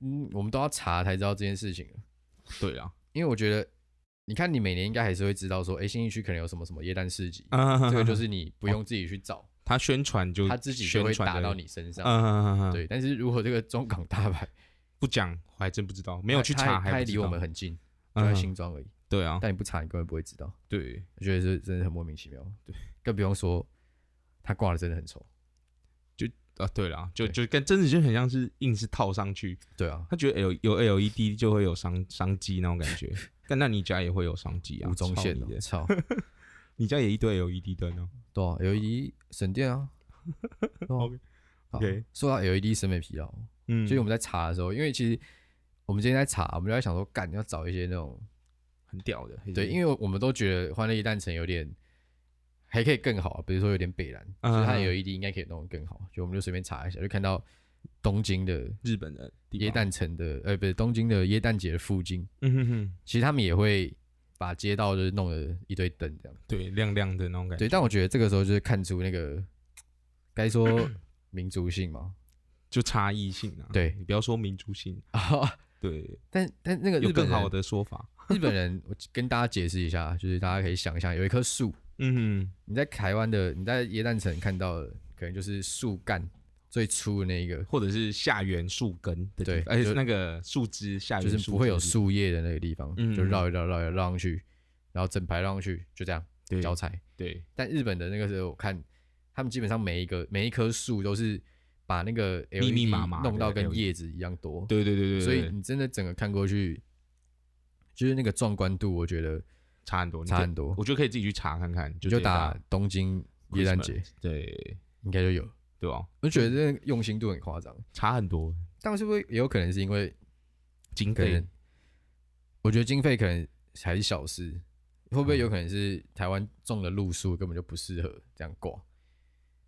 [SPEAKER 1] 嗯，我们都要查才知道这件事情了，
[SPEAKER 2] 对啊，
[SPEAKER 1] 因为我觉得，你看你每年应该还是会知道说，哎、新义区可能有什么什么耶诞市集，
[SPEAKER 2] 啊
[SPEAKER 1] 这个就是你不用自己去找，
[SPEAKER 2] 他宣传哦就
[SPEAKER 1] 他自己就
[SPEAKER 2] 宣
[SPEAKER 1] 会
[SPEAKER 2] 传
[SPEAKER 1] 打
[SPEAKER 2] 的
[SPEAKER 1] 到，你身上。
[SPEAKER 2] 嗯，，
[SPEAKER 1] 对，但是如果这个中港大牌
[SPEAKER 2] 不讲我还真不知 道，没
[SPEAKER 1] 没
[SPEAKER 2] 有去查，
[SPEAKER 1] 它
[SPEAKER 2] 还
[SPEAKER 1] 也
[SPEAKER 2] 不知
[SPEAKER 1] 离我
[SPEAKER 2] 道
[SPEAKER 1] 们很近，就在
[SPEAKER 2] 嗯
[SPEAKER 1] 新庄而已。
[SPEAKER 2] 对啊，
[SPEAKER 1] 但你不查，你根本不会知道。
[SPEAKER 2] 对，
[SPEAKER 1] 我觉得是真的很莫名其妙。
[SPEAKER 2] 对，
[SPEAKER 1] 更不用说他挂的真的很丑。
[SPEAKER 2] 啊，对啦，就
[SPEAKER 1] 对
[SPEAKER 2] 就跟真的就很像是硬是套上去，
[SPEAKER 1] 对啊，
[SPEAKER 2] 他觉得有有 LED 就会有商商机那种感 觉。但那你家也会有商机啊？
[SPEAKER 1] 吴宗
[SPEAKER 2] 操
[SPEAKER 1] 宪
[SPEAKER 2] 你
[SPEAKER 1] 哦，
[SPEAKER 2] 的
[SPEAKER 1] 操，
[SPEAKER 2] 你家也一堆 LED 灯哦。
[SPEAKER 1] 对啊，LED 省电啊。对啊
[SPEAKER 2] OK
[SPEAKER 1] 好
[SPEAKER 2] OK
[SPEAKER 1] 说到 LED 审美疲劳，
[SPEAKER 2] 嗯，
[SPEAKER 1] 所以我们在查的时候，因为其实我们今天在查，我们就在想说，干要找一些那种
[SPEAKER 2] 很屌的，
[SPEAKER 1] 对，因
[SPEAKER 2] 为
[SPEAKER 1] 为我们都觉得《欢乐一诞城》有点还可以更好，啊比如说有点北蓝，
[SPEAKER 2] 嗯
[SPEAKER 1] 所以它的 LED 应该可以弄得更好，就我们就随便查一下，就看到东京的
[SPEAKER 2] 日本的地
[SPEAKER 1] 耶
[SPEAKER 2] 方，
[SPEAKER 1] 诞城的，呃，不是东京的耶诞节的附近，
[SPEAKER 2] 嗯哼哼，
[SPEAKER 1] 其实他们也会把街道就是弄了一堆灯这样。
[SPEAKER 2] 对，亮亮的那种感觉，
[SPEAKER 1] 对，但我觉得这个时候就是看出那个该 说民族性嘛。
[SPEAKER 2] 就差异性啊。
[SPEAKER 1] 对
[SPEAKER 2] 你不要说民族性，
[SPEAKER 1] 啊，
[SPEAKER 2] 对，
[SPEAKER 1] 但但那个
[SPEAKER 2] 有
[SPEAKER 1] 日本
[SPEAKER 2] 更好
[SPEAKER 1] 人，
[SPEAKER 2] 的说法。
[SPEAKER 1] 日本人，我跟大家解释一下，就是大家可以想一下，有一棵树，
[SPEAKER 2] 嗯哼，
[SPEAKER 1] 你在台湾的，你在耶诞城看到的，可能就是树干最粗的那一个，
[SPEAKER 2] 或者是下缘树根的地
[SPEAKER 1] 对
[SPEAKER 2] 方，而且
[SPEAKER 1] 就
[SPEAKER 2] 那个树枝下缘
[SPEAKER 1] 就
[SPEAKER 2] 树
[SPEAKER 1] 是不会有
[SPEAKER 2] 枝
[SPEAKER 1] 树叶的那个地方，
[SPEAKER 2] 嗯
[SPEAKER 1] 就绕一绕绕一绕绕上去，然后整排绕上去，就这样
[SPEAKER 2] 的地
[SPEAKER 1] 脚
[SPEAKER 2] 方，
[SPEAKER 1] 踩。
[SPEAKER 2] 对对，
[SPEAKER 1] 但日本的那个时候，我看他们基本上每一个每一棵树都是把那个 LED
[SPEAKER 2] 密密麻麻的
[SPEAKER 1] 弄到跟
[SPEAKER 2] LED
[SPEAKER 1] 叶子一样多，
[SPEAKER 2] 对对对对，
[SPEAKER 1] 所以
[SPEAKER 2] 对
[SPEAKER 1] 你真的整个看过去，就是那个壮观度，我觉得
[SPEAKER 2] 差很多，你
[SPEAKER 1] 差
[SPEAKER 2] 就
[SPEAKER 1] 很多。
[SPEAKER 2] 我觉得可以自己去查看看，
[SPEAKER 1] 你
[SPEAKER 2] 就
[SPEAKER 1] 就
[SPEAKER 2] 直接
[SPEAKER 1] 打东京耶诞节，
[SPEAKER 2] Christmas，对
[SPEAKER 1] 应该就有。
[SPEAKER 2] 对吧？
[SPEAKER 1] 我觉得这个用心度很夸张，
[SPEAKER 2] 差很多，
[SPEAKER 1] 但是不是也有可能是因为
[SPEAKER 2] 经
[SPEAKER 1] 可
[SPEAKER 2] 费
[SPEAKER 1] 能，我觉得经费可能还是小事，会不会
[SPEAKER 2] 嗯
[SPEAKER 1] 有可能是台湾种的路数根本就不适合这样挂？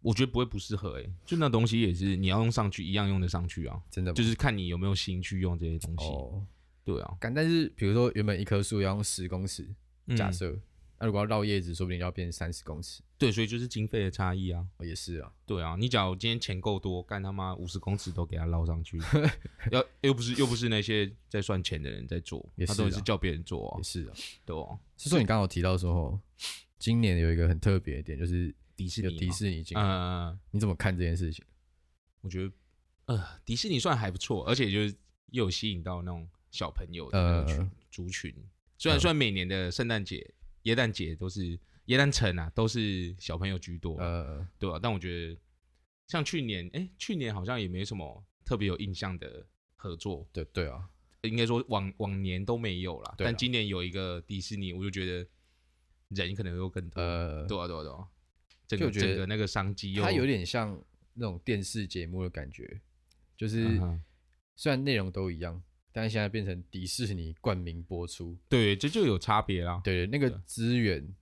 [SPEAKER 2] 我觉得不会不适合哎，就那东西也是你要用上去一样用得上去啊，
[SPEAKER 1] 真的吗
[SPEAKER 2] 就是看你有没有心去用这些东西，
[SPEAKER 1] 哦，
[SPEAKER 2] 对啊，
[SPEAKER 1] 干但是比如说原本一棵树要用十公尺，
[SPEAKER 2] 嗯
[SPEAKER 1] 假设那、如果要绕叶子，说不定要变三十公尺。
[SPEAKER 2] 对，所以就是经费的差异啊。
[SPEAKER 1] 哦，也是啊，
[SPEAKER 2] 对啊，你假如今天钱够多，干他妈五十公尺都给他捞 上去，要又不是又不是那些在算钱的人在做，
[SPEAKER 1] 也
[SPEAKER 2] 他
[SPEAKER 1] 是
[SPEAKER 2] 都
[SPEAKER 1] 啊
[SPEAKER 2] 是叫别人做啊
[SPEAKER 1] 也，是啊。
[SPEAKER 2] 对啊，
[SPEAKER 1] 是说你刚好提到说，今年有一个很特别的点，就是
[SPEAKER 2] 迪士
[SPEAKER 1] 有
[SPEAKER 2] 尼
[SPEAKER 1] 迪
[SPEAKER 2] 嘛，
[SPEAKER 1] 士尼进来，
[SPEAKER 2] 呃，
[SPEAKER 1] 你怎么看这件事情？
[SPEAKER 2] 我觉得呃迪士尼算还不错，而且就是又有吸引到那种小朋友的那个群、
[SPEAKER 1] 呃
[SPEAKER 2] 族群，虽然虽然每年的圣诞节、耶诞节都是耶诞城啊，都是小朋友居多，
[SPEAKER 1] 呃，
[SPEAKER 2] 对啊，但我觉得像去年，哎、去年好像也没什么特别有印象的合作。
[SPEAKER 1] 对对啊，
[SPEAKER 2] 应该说往往年都没有啦，
[SPEAKER 1] 对啊
[SPEAKER 2] 但今年有一个迪士尼，我就觉得人可能又更多。
[SPEAKER 1] 呃，
[SPEAKER 2] 对啊，对啊，对啊，整
[SPEAKER 1] 就
[SPEAKER 2] 个
[SPEAKER 1] 觉得
[SPEAKER 2] 整个那个商机又
[SPEAKER 1] 它有点像那种电视节目的感觉，就是
[SPEAKER 2] 嗯哼
[SPEAKER 1] 虽然内容都一样，但是现在变成迪士尼冠名播出，
[SPEAKER 2] 对，这就有差别啦。
[SPEAKER 1] 对那个
[SPEAKER 2] 对
[SPEAKER 1] 资源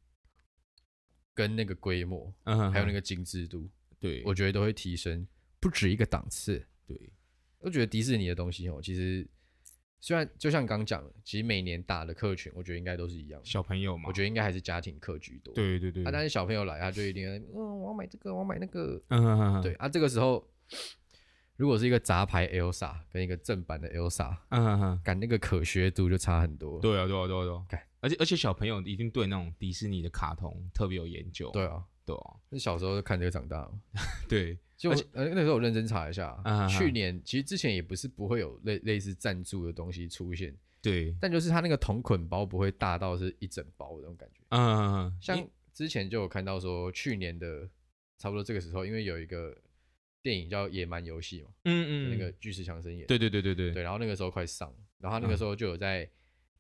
[SPEAKER 1] 跟那个规模，
[SPEAKER 2] 嗯哼，
[SPEAKER 1] 还有那
[SPEAKER 2] 个
[SPEAKER 1] 个精致度，
[SPEAKER 2] 对，
[SPEAKER 1] 我觉得都会提升不止一个档次。
[SPEAKER 2] 对
[SPEAKER 1] 我觉得迪士尼的东西哦，其实虽然就像你刚刚讲的，其实每年打的客群，我觉得应该都是一样的，
[SPEAKER 2] 小朋友嘛，
[SPEAKER 1] 我觉得应该还是家庭客居多。
[SPEAKER 2] 对对对，
[SPEAKER 1] 啊，但是小朋友来，他就一定在那边嗯，我要买这个，我要买那个。
[SPEAKER 2] 嗯哼哼哼
[SPEAKER 1] 对，啊，这个时候如果是一个杂牌 Elsa 跟一个正版的 Elsa，
[SPEAKER 2] 嗯哼哼，
[SPEAKER 1] 感那个可学度就差很多。
[SPEAKER 2] 对啊对啊对啊对啊
[SPEAKER 1] 干，
[SPEAKER 2] 而且而且小朋友一定对那种迪士尼的卡通特别有研究，
[SPEAKER 1] 对啊，
[SPEAKER 2] 对啊
[SPEAKER 1] 那小时候就看这个长大嘛。
[SPEAKER 2] 对，
[SPEAKER 1] 就我呃那时候我认真查一下，啊
[SPEAKER 2] 嗯嗯嗯
[SPEAKER 1] 去年其实之前也不是不会有类类似赞助的东西出现，
[SPEAKER 2] 对，
[SPEAKER 1] 但就是它那个同捆包不会大到是一整包的那种感觉。
[SPEAKER 2] 嗯哼哼，
[SPEAKER 1] 像之前就有看到说，去年的差不多这个时候，因为有一个电影叫《野蛮游戏》嘛，
[SPEAKER 2] 嗯嗯
[SPEAKER 1] 那个巨石强森演的，
[SPEAKER 2] 对对对对对，
[SPEAKER 1] 对，然后嗯那个时候快上，然后他那个时候就有在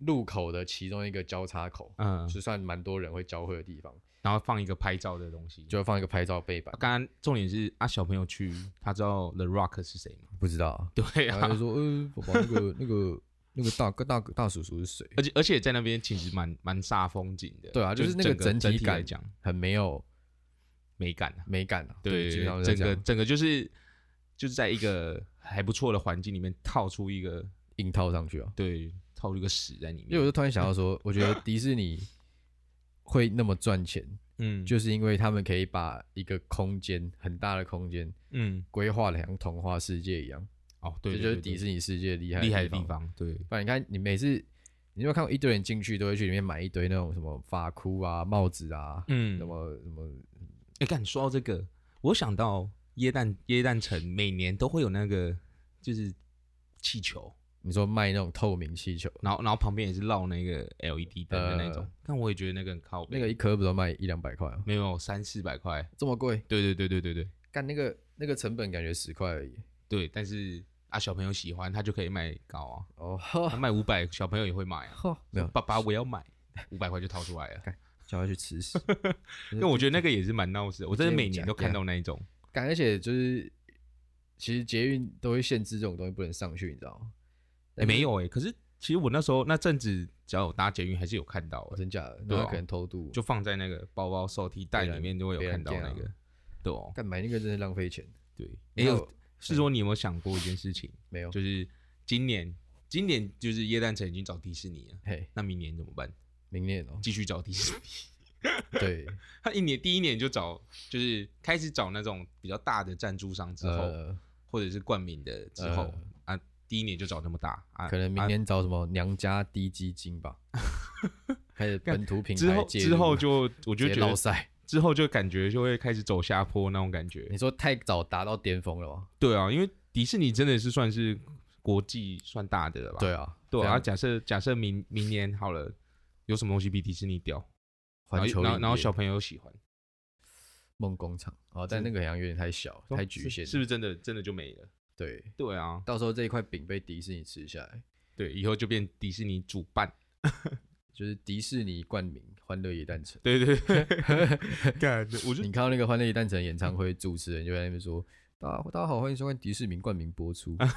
[SPEAKER 1] 路口的其中一个交叉口，
[SPEAKER 2] 嗯，
[SPEAKER 1] 是算蛮多人会交汇的地方，
[SPEAKER 2] 然后放一个拍照的东西。就
[SPEAKER 1] 就会放一个拍照背板，
[SPEAKER 2] 刚刚重点是啊，小朋友去，他知道 The Rock 是谁吗？
[SPEAKER 1] 不知道啊，
[SPEAKER 2] 对
[SPEAKER 1] 然后
[SPEAKER 2] 啊
[SPEAKER 1] 就，说，呃，宝宝那个那个那个大哥大大叔叔是谁？
[SPEAKER 2] 而且而且在那边其实蛮蛮煞风景的。
[SPEAKER 1] 对啊就是那个
[SPEAKER 2] 整个
[SPEAKER 1] 整体
[SPEAKER 2] 体来
[SPEAKER 1] 感
[SPEAKER 2] 讲
[SPEAKER 1] 很没有
[SPEAKER 2] 美感啊，
[SPEAKER 1] 美感啊，
[SPEAKER 2] 对，
[SPEAKER 1] 基本上是
[SPEAKER 2] 整
[SPEAKER 1] 这
[SPEAKER 2] 个
[SPEAKER 1] 样
[SPEAKER 2] 整个就是就是在一个还不错的环境里面套出一个
[SPEAKER 1] 硬套上去啊。
[SPEAKER 2] 对套出一个屎在里
[SPEAKER 1] 因为我
[SPEAKER 2] 面
[SPEAKER 1] 就。突然想到说，我觉 得迪士尼会那么赚钱，
[SPEAKER 2] 嗯，
[SPEAKER 1] 就是因为他们可以把一个空间很大的空间
[SPEAKER 2] 嗯
[SPEAKER 1] 规划的像童话世界一样，
[SPEAKER 2] 哦
[SPEAKER 1] 这
[SPEAKER 2] 对，
[SPEAKER 1] 就是
[SPEAKER 2] 对对
[SPEAKER 1] 迪士尼世界厉害
[SPEAKER 2] 厉害的
[SPEAKER 1] 地
[SPEAKER 2] 地
[SPEAKER 1] 方。
[SPEAKER 2] 方，对
[SPEAKER 1] 不然你看，你每次你有没有看过一堆人进去都会去里面买一堆那种什么发箍啊、帽子啊，
[SPEAKER 2] 嗯
[SPEAKER 1] 什么什么，
[SPEAKER 2] 哎，干，说到这个，我想到耶诞耶诞城每年都会有那个就是气球，
[SPEAKER 1] 你说卖那种透明气球，
[SPEAKER 2] 然后然后旁边也是绕那个 LED 灯的那种
[SPEAKER 1] 呃，
[SPEAKER 2] 但我也觉得那个很靠
[SPEAKER 1] 那
[SPEAKER 2] 背，
[SPEAKER 1] 个一颗不都卖一两百块啊，
[SPEAKER 2] 没有三四百块，
[SPEAKER 1] 这么贵，
[SPEAKER 2] 对对对对对对
[SPEAKER 1] 干那个那个成本感觉十块而已。
[SPEAKER 2] 对，但是啊小朋友喜欢他就可以卖高啊，
[SPEAKER 1] 哦，
[SPEAKER 2] 他卖五百小朋友也会买啊，
[SPEAKER 1] 没有，
[SPEAKER 2] 爸爸我要买，五百块就掏出来了，
[SPEAKER 1] 想要去吃 屎。
[SPEAKER 2] 但我觉得那个也是蛮闹事的，我真的
[SPEAKER 1] 直接
[SPEAKER 2] 每年
[SPEAKER 1] 讲
[SPEAKER 2] 都看
[SPEAKER 1] 对啊
[SPEAKER 2] 到那一种，
[SPEAKER 1] 感而且就是，其实捷运都会限制这种东西不能上去，你知道吗？
[SPEAKER 2] 哎没
[SPEAKER 1] 有，
[SPEAKER 2] 有哎，可是其实我那时候那阵子只要有搭捷运还是有看到哎。
[SPEAKER 1] 真假的，
[SPEAKER 2] 对啊
[SPEAKER 1] 那可能偷渡，
[SPEAKER 2] 就放在那个包包手提袋里面，就会有看到那
[SPEAKER 1] 别
[SPEAKER 2] 个
[SPEAKER 1] 人。
[SPEAKER 2] 对哦，
[SPEAKER 1] 干买那个真的浪费钱。
[SPEAKER 2] 对。
[SPEAKER 1] 没
[SPEAKER 2] 哎、有
[SPEAKER 1] 有
[SPEAKER 2] 是说你有没有想过一件事情？
[SPEAKER 1] 没有，
[SPEAKER 2] 就是今年，今年就是耶诞城已经找迪士尼了，
[SPEAKER 1] 嘿，
[SPEAKER 2] 那明年怎么办？，
[SPEAKER 1] 明年哦
[SPEAKER 2] 继续找迪士尼。
[SPEAKER 1] 对，
[SPEAKER 2] 他一年第一年就找，就是开始找那种比较大的赞助 商之后，
[SPEAKER 1] 呃，
[SPEAKER 2] 或者是冠名的之后、啊，第一年就找那么大啊，
[SPEAKER 1] 可能明
[SPEAKER 2] 啊
[SPEAKER 1] 年找什么娘家低基金 吧，开始本土品
[SPEAKER 2] 之
[SPEAKER 1] 牌
[SPEAKER 2] 后
[SPEAKER 1] 介入
[SPEAKER 2] 之后就我就
[SPEAKER 1] 直接
[SPEAKER 2] 觉
[SPEAKER 1] 老
[SPEAKER 2] 得
[SPEAKER 1] 塞。
[SPEAKER 2] 之后就感觉就会开始走下坡那种感觉。
[SPEAKER 1] 你说太早达到巅峰了吗？
[SPEAKER 2] 对啊，因为迪士尼真的是算是国际算大的了吧？
[SPEAKER 1] 对啊，
[SPEAKER 2] 对
[SPEAKER 1] 非
[SPEAKER 2] 啊，
[SPEAKER 1] 常
[SPEAKER 2] 假设假设明明年好了，有什么东西比迪士尼屌？
[SPEAKER 1] 环球
[SPEAKER 2] 然
[SPEAKER 1] 影
[SPEAKER 2] 后然后
[SPEAKER 1] 业
[SPEAKER 2] 然后小朋友喜欢，
[SPEAKER 1] 梦工厂哦，但
[SPEAKER 2] 是
[SPEAKER 1] 那个好像有点太小，太局限了，
[SPEAKER 2] 是不是真的真的就没了？
[SPEAKER 1] 对，
[SPEAKER 2] 对啊，
[SPEAKER 1] 到时候这一块饼被迪士尼吃下来，
[SPEAKER 2] 对，以后就变迪士尼主办。
[SPEAKER 1] 就是迪士尼冠名《欢乐野诞城》。
[SPEAKER 2] 对对对，干，我就
[SPEAKER 1] 你看到那个《欢乐一诞城》演
[SPEAKER 2] 嗯
[SPEAKER 1] 唱会，主持人就在那边说：“大家大家好，欢迎收看迪士尼冠名播 出。”干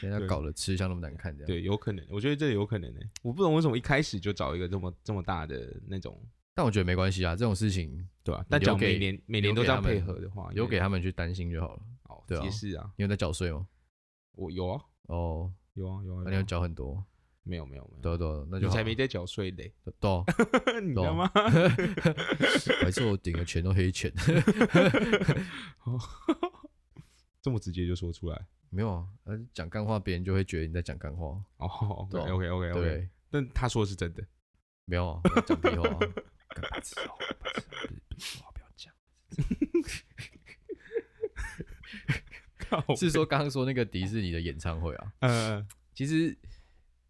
[SPEAKER 1] 现在他搞得吃相那么难看，这样
[SPEAKER 2] 对，有可能，我觉得这有可能呢、我不懂为什么一开始就找一个这么这么大的那种，
[SPEAKER 1] 但我觉得没关系啊，这种事情
[SPEAKER 2] 对啊，但
[SPEAKER 1] 留
[SPEAKER 2] 讲
[SPEAKER 1] 给
[SPEAKER 2] 每年每年都
[SPEAKER 1] 留给
[SPEAKER 2] 这样
[SPEAKER 1] 他们
[SPEAKER 2] 配合的话，
[SPEAKER 1] 留给他们去担心就好了。
[SPEAKER 2] 哦，
[SPEAKER 1] 对啊
[SPEAKER 2] 也是啊，
[SPEAKER 1] 你有在缴税吗？
[SPEAKER 2] 我有啊，
[SPEAKER 1] 哦，
[SPEAKER 2] 有啊，有啊，
[SPEAKER 1] 那
[SPEAKER 2] 有
[SPEAKER 1] 你有
[SPEAKER 2] 啊
[SPEAKER 1] 缴很多，
[SPEAKER 2] 没有没有没有，
[SPEAKER 1] 对啊对，对那
[SPEAKER 2] 你
[SPEAKER 1] 就好
[SPEAKER 2] 才没在缴税嘞，
[SPEAKER 1] 对啊，
[SPEAKER 2] 你
[SPEAKER 1] 懂
[SPEAKER 2] 他妈
[SPEAKER 1] 还是我顶的钱都黑钱，
[SPEAKER 2] 这么直接就说出来。
[SPEAKER 1] 没有啊，呃讲干话别人就会觉得你在讲干话，
[SPEAKER 2] 哦
[SPEAKER 1] 对啊
[SPEAKER 2] ，OK OK OK
[SPEAKER 1] 对
[SPEAKER 2] OK，
[SPEAKER 1] 对？
[SPEAKER 2] 但他说的是真的，
[SPEAKER 1] 没有啊，我讲屁话啊，干白痴哦，白痴哦，不是话不要讲。是说刚刚说那个迪士尼的演唱会啊，
[SPEAKER 2] 呃，
[SPEAKER 1] 其实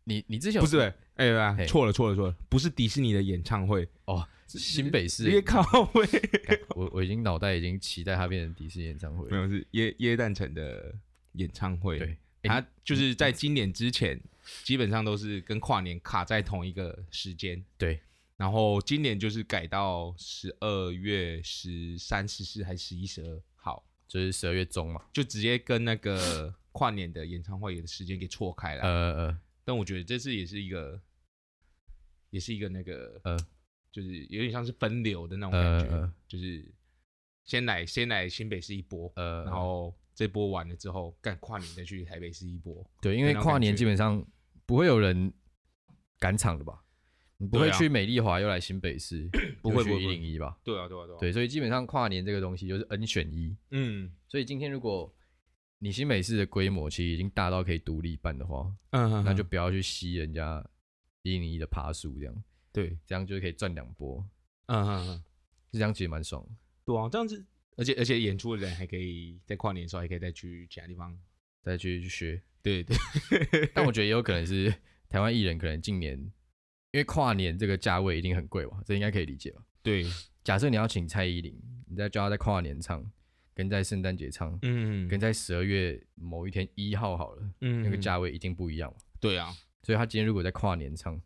[SPEAKER 1] 你你之前有
[SPEAKER 2] 不是，哎、呀，
[SPEAKER 1] 嘿
[SPEAKER 2] 错了错了错了，不是迪士尼的演唱会，
[SPEAKER 1] 哦，新北市
[SPEAKER 2] 直接靠位，
[SPEAKER 1] 干我我已经脑袋已经期待它变成迪士尼演唱会
[SPEAKER 2] 没
[SPEAKER 1] 了。
[SPEAKER 2] 有是耶耶诞城的演唱会，
[SPEAKER 1] 对，嗯
[SPEAKER 2] 他就是在今年之前，基本上都是跟跨年卡在同一个时间，
[SPEAKER 1] 对，
[SPEAKER 2] 然后今年就是改到十二月十三、十四还是十一、十二号，
[SPEAKER 1] 就是十二月中嘛，
[SPEAKER 2] 就直接跟那 个跨年的演唱会的时间给错开了，
[SPEAKER 1] 呃呃，
[SPEAKER 2] 但我觉得这次也是一个，也是一个那个，
[SPEAKER 1] 呃
[SPEAKER 2] 就是有点像是分流的那种感觉，
[SPEAKER 1] 呃呃
[SPEAKER 2] 就是先来先来新北市一波，
[SPEAKER 1] 呃
[SPEAKER 2] 然后这波完了之后，干跨年再去台北市一波，
[SPEAKER 1] 对，因为
[SPEAKER 2] 那种
[SPEAKER 1] 跨
[SPEAKER 2] 感
[SPEAKER 1] 年
[SPEAKER 2] 觉
[SPEAKER 1] 基本上不会有人赶场的吧？你不会
[SPEAKER 2] 对啊，
[SPEAKER 1] 去美丽华又来新北市
[SPEAKER 2] 不会
[SPEAKER 1] 又
[SPEAKER 2] 不会
[SPEAKER 1] 去
[SPEAKER 2] 不
[SPEAKER 1] 一
[SPEAKER 2] 会
[SPEAKER 1] 零一吧？
[SPEAKER 2] 对啊对啊对啊，，
[SPEAKER 1] 对，所以基本上跨年这个东西就是 N 选一。
[SPEAKER 2] 嗯
[SPEAKER 1] 所以今天如果你新北市的规模其实已经大到可以独立办的话，
[SPEAKER 2] 嗯，
[SPEAKER 1] 那就不要去吸人家一零一的爬数，这样
[SPEAKER 2] 对，
[SPEAKER 1] 这样就可以赚两波，
[SPEAKER 2] 嗯嗯嗯，
[SPEAKER 1] 这样其实蛮爽的。
[SPEAKER 2] 对啊，这样子，而且而且演出的人还可以在跨年的时候还可以再去其他地方，
[SPEAKER 1] 再去去 学，
[SPEAKER 2] 对对，
[SPEAKER 1] 但我觉得也有可能是台湾艺人可能近年因为跨年这个价位一定很贵吧，这应该可以理解吧？
[SPEAKER 2] 对，
[SPEAKER 1] 假设你要请蔡依林，你再叫她在跨年唱，跟在圣诞节唱，
[SPEAKER 2] 嗯
[SPEAKER 1] 跟在十二月某一天一号好了，
[SPEAKER 2] 嗯
[SPEAKER 1] 那个，价位一定不一样嘛。
[SPEAKER 2] 对啊，
[SPEAKER 1] 所以她今天如果在跨年唱，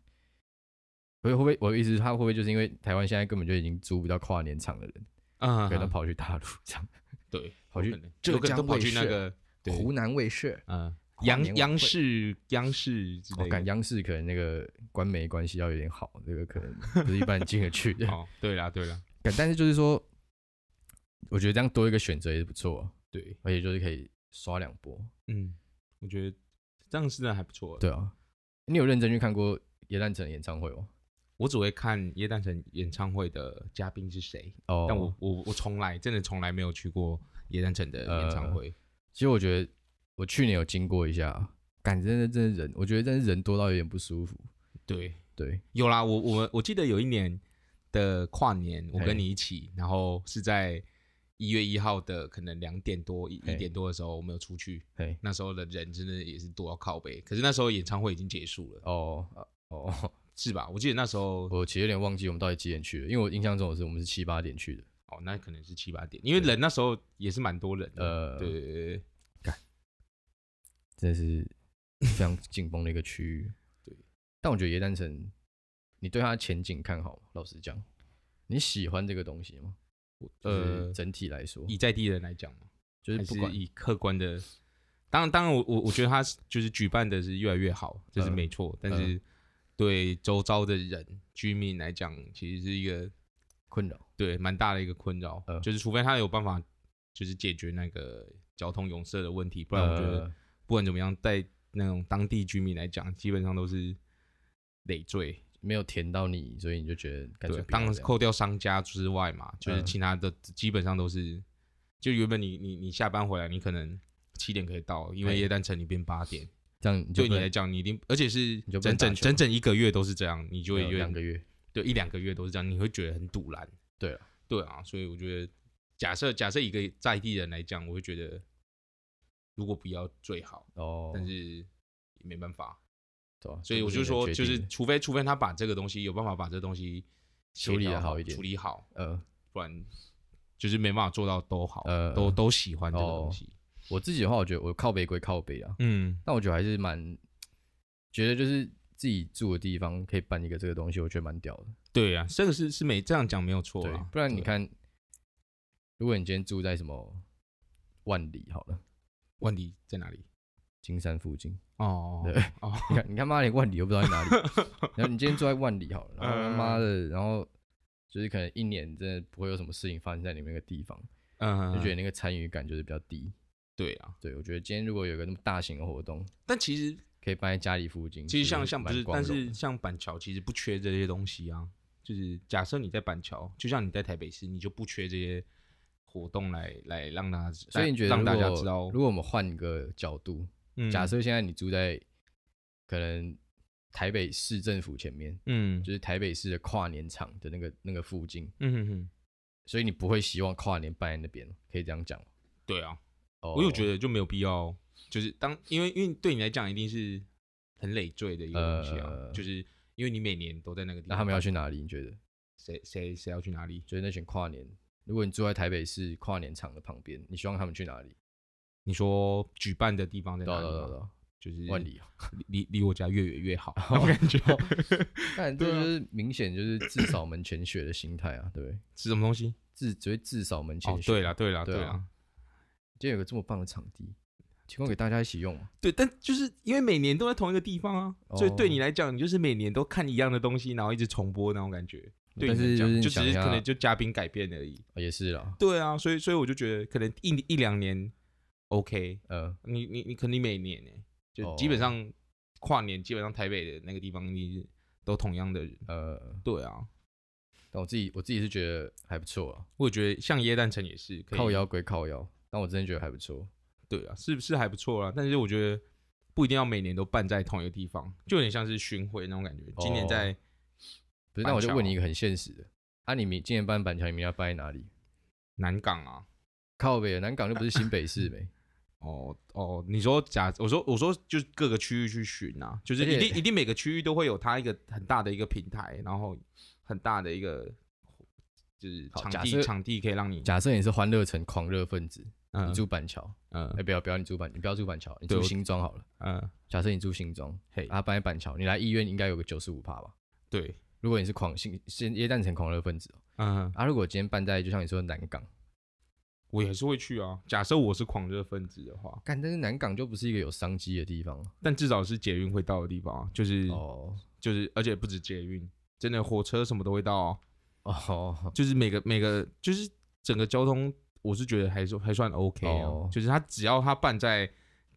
[SPEAKER 1] 会会不会我的意思是，她会不会就是因为台湾现在根本就已经租不到跨年场的人，
[SPEAKER 2] 嗯，
[SPEAKER 1] 可能跑去大陆唱，
[SPEAKER 2] 对，
[SPEAKER 1] 跑去
[SPEAKER 2] 就
[SPEAKER 1] 浙
[SPEAKER 2] 可能都
[SPEAKER 1] 江
[SPEAKER 2] 跑
[SPEAKER 1] 卫
[SPEAKER 2] 去那
[SPEAKER 1] 视、
[SPEAKER 2] 个对
[SPEAKER 1] 湖南卫视。
[SPEAKER 2] 嗯
[SPEAKER 1] 跨
[SPEAKER 2] 央
[SPEAKER 1] 年晚
[SPEAKER 2] 央
[SPEAKER 1] 会
[SPEAKER 2] 视央视之
[SPEAKER 1] 我
[SPEAKER 2] 类
[SPEAKER 1] 感哦
[SPEAKER 2] 的，
[SPEAKER 1] 央视可能那个官媒关系要有点好，这个可能不是一般人进得去的。
[SPEAKER 2] 哦，对啦对啦，
[SPEAKER 1] 干但是就是说，我觉得这样多一个选择也是不错啊、
[SPEAKER 2] 对，
[SPEAKER 1] 而且就是可以刷两波。
[SPEAKER 2] 嗯，我觉得这样真的还不错，
[SPEAKER 1] 对啊，你有认真去看过叶诞城的演唱会吗？
[SPEAKER 2] 我只会看叶诞城演唱会的嘉宾是谁，
[SPEAKER 1] 哦，
[SPEAKER 2] 但我我我从来真的从来没有去过叶诞城的
[SPEAKER 1] 呃
[SPEAKER 2] 演唱会。
[SPEAKER 1] 其实我觉得我去年有经过一下，感真的真的人，我觉得真的人多到有点不舒服。
[SPEAKER 2] 对，
[SPEAKER 1] 对，
[SPEAKER 2] 有啦，我我我记得有一年的跨年，我
[SPEAKER 1] 嘿
[SPEAKER 2] 跟你一起，然后是在一月一号的可能两点多一
[SPEAKER 1] 嘿
[SPEAKER 2] 一点多的时候，我们有出去，
[SPEAKER 1] 嘿，
[SPEAKER 2] 那时候的人真的也是多到靠背，可是那时候演唱会已经结束了，
[SPEAKER 1] 哦啊哦，
[SPEAKER 2] 是吧？我记得那时候
[SPEAKER 1] 我其实有点忘记我们到底几点去了，因为我印象中我是我们是七八点去的。
[SPEAKER 2] 哦，那可能是七八点，因为人那时候也是蛮多人的，
[SPEAKER 1] 呃，
[SPEAKER 2] 对，对对对
[SPEAKER 1] 真的是非常紧绷的一个区域。
[SPEAKER 2] 对，
[SPEAKER 1] 但我觉得叶丹城，你对他的前景看好吗？老实讲，你喜欢这个东西吗？呃，
[SPEAKER 2] 呃，
[SPEAKER 1] 整体来说，
[SPEAKER 2] 以在地人来讲嘛。
[SPEAKER 1] 就是
[SPEAKER 2] 还
[SPEAKER 1] 不
[SPEAKER 2] 是
[SPEAKER 1] 管
[SPEAKER 2] 以客观的，当然，当然我，我我觉得他是就是举办的是越来越好，这是
[SPEAKER 1] 嗯
[SPEAKER 2] 没错。但是对周遭的人居民来讲，其实是一个
[SPEAKER 1] 困扰，
[SPEAKER 2] 对蛮大的一个困扰，
[SPEAKER 1] 嗯
[SPEAKER 2] 就是除非他有办法就是解决那个交通拥塞的问题，不然我觉得
[SPEAKER 1] 呃
[SPEAKER 2] 不管怎么样，在那种当地居民来讲，基本上都是累赘。
[SPEAKER 1] 没有填到你，所以你就觉得感觉
[SPEAKER 2] 对，当然
[SPEAKER 1] 扣
[SPEAKER 2] 扣掉商家之外嘛，就是
[SPEAKER 1] 嗯
[SPEAKER 2] 其他的基本上都是，就原本你你你下班回来，你可能七点可以到，因为
[SPEAKER 1] 嘿
[SPEAKER 2] 夜单城你变八点，
[SPEAKER 1] 这样哎你就
[SPEAKER 2] 对你
[SPEAKER 1] 不能
[SPEAKER 2] 来讲，你一定而且是
[SPEAKER 1] 你就不
[SPEAKER 2] 整
[SPEAKER 1] 能打
[SPEAKER 2] 整
[SPEAKER 1] 球
[SPEAKER 2] 整整一个月都是这样，你就
[SPEAKER 1] 没
[SPEAKER 2] 会
[SPEAKER 1] 有
[SPEAKER 2] 觉
[SPEAKER 1] 两个
[SPEAKER 2] 得
[SPEAKER 1] 月，
[SPEAKER 2] 对一两个月都是这样，你会觉得很堵然。
[SPEAKER 1] 对啊，
[SPEAKER 2] 对啊，所以我觉得假设假设一个在地人来讲，我会觉得如果不要最好，
[SPEAKER 1] 哦，
[SPEAKER 2] 但是也没办法，
[SPEAKER 1] 对啊
[SPEAKER 2] 所以
[SPEAKER 1] 这
[SPEAKER 2] 我
[SPEAKER 1] 不
[SPEAKER 2] 就是
[SPEAKER 1] 你能
[SPEAKER 2] 说，
[SPEAKER 1] 决
[SPEAKER 2] 就是
[SPEAKER 1] 定的
[SPEAKER 2] 除非除非他把这个东西有办法把这个东西
[SPEAKER 1] 处
[SPEAKER 2] 协
[SPEAKER 1] 理得
[SPEAKER 2] 调
[SPEAKER 1] 好
[SPEAKER 2] 好
[SPEAKER 1] 一点
[SPEAKER 2] 处理好。
[SPEAKER 1] 呃，
[SPEAKER 2] 不然就是没办法做到都好，
[SPEAKER 1] 呃
[SPEAKER 2] 都都喜欢这个
[SPEAKER 1] 哦
[SPEAKER 2] 东西。
[SPEAKER 1] 我自己的话，我觉得我靠北归靠北啊，
[SPEAKER 2] 嗯，
[SPEAKER 1] 但我觉得还是蛮觉得就是自己住的地方可以办一个这个东西，我觉得蛮屌的。
[SPEAKER 2] 对啊，这个是是没这样讲没有错
[SPEAKER 1] 对
[SPEAKER 2] 啊，，
[SPEAKER 1] 不然
[SPEAKER 2] 对
[SPEAKER 1] 你看，如果你今天住在什么万里好了，
[SPEAKER 2] 问题在哪里？
[SPEAKER 1] 金山附近，
[SPEAKER 2] 哦
[SPEAKER 1] 对
[SPEAKER 2] 哦，
[SPEAKER 1] 你看你 看妈连万里都不知道在哪里，然后你今天住在万里好了，然后他
[SPEAKER 2] 嗯
[SPEAKER 1] 妈的，然后就是可能一年真的不会有什么事情发生在你们那个地方，
[SPEAKER 2] 嗯，
[SPEAKER 1] 就觉得那个参与感就是比较低。
[SPEAKER 2] 对啊。
[SPEAKER 1] 对，我觉得今天如果有个那么大型的活动，
[SPEAKER 2] 但其实
[SPEAKER 1] 可以办在家里附近，
[SPEAKER 2] 其实像像不
[SPEAKER 1] 蛮
[SPEAKER 2] 是，
[SPEAKER 1] 光
[SPEAKER 2] 但
[SPEAKER 1] 荣的
[SPEAKER 2] 是像板桥其实不缺这些东西啊。就是假设你在板桥，就像你在台北市，你就不缺这些活动来来让大家知，
[SPEAKER 1] 所以你觉得
[SPEAKER 2] 让
[SPEAKER 1] 如
[SPEAKER 2] 大
[SPEAKER 1] 果
[SPEAKER 2] 家知道嗯
[SPEAKER 1] 如，果我们换一个角度，假设现在你住在可能台北市政府前面，
[SPEAKER 2] 嗯
[SPEAKER 1] 就是台北市的跨年场的那个那个附近，
[SPEAKER 2] 嗯嗯嗯，
[SPEAKER 1] 所以你不会希望跨年办在那边，可以这样讲吗。
[SPEAKER 2] 对啊，
[SPEAKER 1] 哦
[SPEAKER 2] 我有觉得就没有必要，就是当因为因为对你来讲一定是很累赘的一个东西啊，
[SPEAKER 1] 呃
[SPEAKER 2] 就是因为你每年都在那个地
[SPEAKER 1] 那
[SPEAKER 2] 方，
[SPEAKER 1] 他们要去哪里？你觉得？
[SPEAKER 2] 谁谁谁要去哪里？
[SPEAKER 1] 就是那群跨年，如果你住在台北市跨年场的旁边，你希望他们去哪里？
[SPEAKER 2] 你说举办的地方在
[SPEAKER 1] 对
[SPEAKER 2] 哪
[SPEAKER 1] 啊对
[SPEAKER 2] 里
[SPEAKER 1] 啊对啊
[SPEAKER 2] 吗？
[SPEAKER 1] 对啊，
[SPEAKER 2] 就是
[SPEAKER 1] 万里啊。
[SPEAKER 2] 离离离我家越远 越好，我感觉
[SPEAKER 1] 但这就是明显就是自扫门前雪的心态啊，对不对？
[SPEAKER 2] 是什么东西？
[SPEAKER 1] 自只会自扫门前
[SPEAKER 2] 哦，
[SPEAKER 1] 雪。
[SPEAKER 2] 对了对了
[SPEAKER 1] 对啊
[SPEAKER 2] 了，
[SPEAKER 1] 今天有个这么棒的场地，提供给大家一起用啊嘛。
[SPEAKER 2] 对，但就是因为每年都在同一个地方啊，所以对
[SPEAKER 1] 哦
[SPEAKER 2] 你来讲，你就是每年都看一样的东西，然后一直重播那种感觉。
[SPEAKER 1] 但
[SPEAKER 2] 对你来
[SPEAKER 1] 是
[SPEAKER 2] 讲，
[SPEAKER 1] 就是你
[SPEAKER 2] 就
[SPEAKER 1] 想
[SPEAKER 2] 只是
[SPEAKER 1] 一
[SPEAKER 2] 可能
[SPEAKER 1] 下哦
[SPEAKER 2] 就嘉宾改变而已。
[SPEAKER 1] 也是啦，
[SPEAKER 2] 对啊，所以所以我就觉得可能一一两年 OK，
[SPEAKER 1] 呃，
[SPEAKER 2] 你你你肯定每年呢、欸就
[SPEAKER 1] 哦
[SPEAKER 2] 基本上跨年，基本上台北的那个地方你都同样的人。
[SPEAKER 1] 呃，
[SPEAKER 2] 对啊，
[SPEAKER 1] 但我自己我自己是觉得还不错啊，
[SPEAKER 2] 我也觉得像耶诞城也是可以
[SPEAKER 1] 靠腰归靠腰，但我真的觉得还不错。
[SPEAKER 2] 对啊，是不是还不错啦？但是我觉得不一定要每年都办在同一个地方，就有点像是巡回那种感觉。今年
[SPEAKER 1] 哦
[SPEAKER 2] 在
[SPEAKER 1] 不是，那我就
[SPEAKER 2] 板桥
[SPEAKER 1] 问你一个很现实的，啊，你明今年办板桥，你明天要办在哪里？
[SPEAKER 2] 南港啊，
[SPEAKER 1] 靠北，南港就不是新北市没？
[SPEAKER 2] 哦哦，你说假，我说我说就是各个区域去巡啊，就是
[SPEAKER 1] 而且
[SPEAKER 2] 一定一定每个区域都会有它一个很大的一个平台，然后很大的一个就是
[SPEAKER 1] 好
[SPEAKER 2] 场
[SPEAKER 1] 假
[SPEAKER 2] 地
[SPEAKER 1] 设
[SPEAKER 2] 场地可以让你
[SPEAKER 1] 假设你是欢乐城狂热分子，
[SPEAKER 2] 嗯
[SPEAKER 1] 你住板桥，
[SPEAKER 2] 嗯
[SPEAKER 1] 哎、不要不要，你住板，你不要住板桥，你
[SPEAKER 2] 对
[SPEAKER 1] 住
[SPEAKER 2] 我
[SPEAKER 1] 新庄好了。
[SPEAKER 2] 嗯
[SPEAKER 1] 假设你住新庄，
[SPEAKER 2] 嘿
[SPEAKER 1] 啊，搬在板桥，你来医院应该有个九十五趴吧？
[SPEAKER 2] 对
[SPEAKER 1] 如果你是狂性先耶诞城狂热分子哦、
[SPEAKER 2] 嗯，
[SPEAKER 1] 啊，如果今天办在就像你说的南港，
[SPEAKER 2] 我也是会去啊。假设我是狂热分子的话，
[SPEAKER 1] 干，但是南港就不是一个有商机的地方了
[SPEAKER 2] 但至少是捷运会到的地方啊，就是、
[SPEAKER 1] 哦
[SPEAKER 2] 就是，而且不止捷运，真的火车什么都会到、哦，
[SPEAKER 1] 哦
[SPEAKER 2] 就是每个每个就是整个交通，我是觉得还是还算 OK 啊，
[SPEAKER 1] 哦
[SPEAKER 2] 就是它只要它办在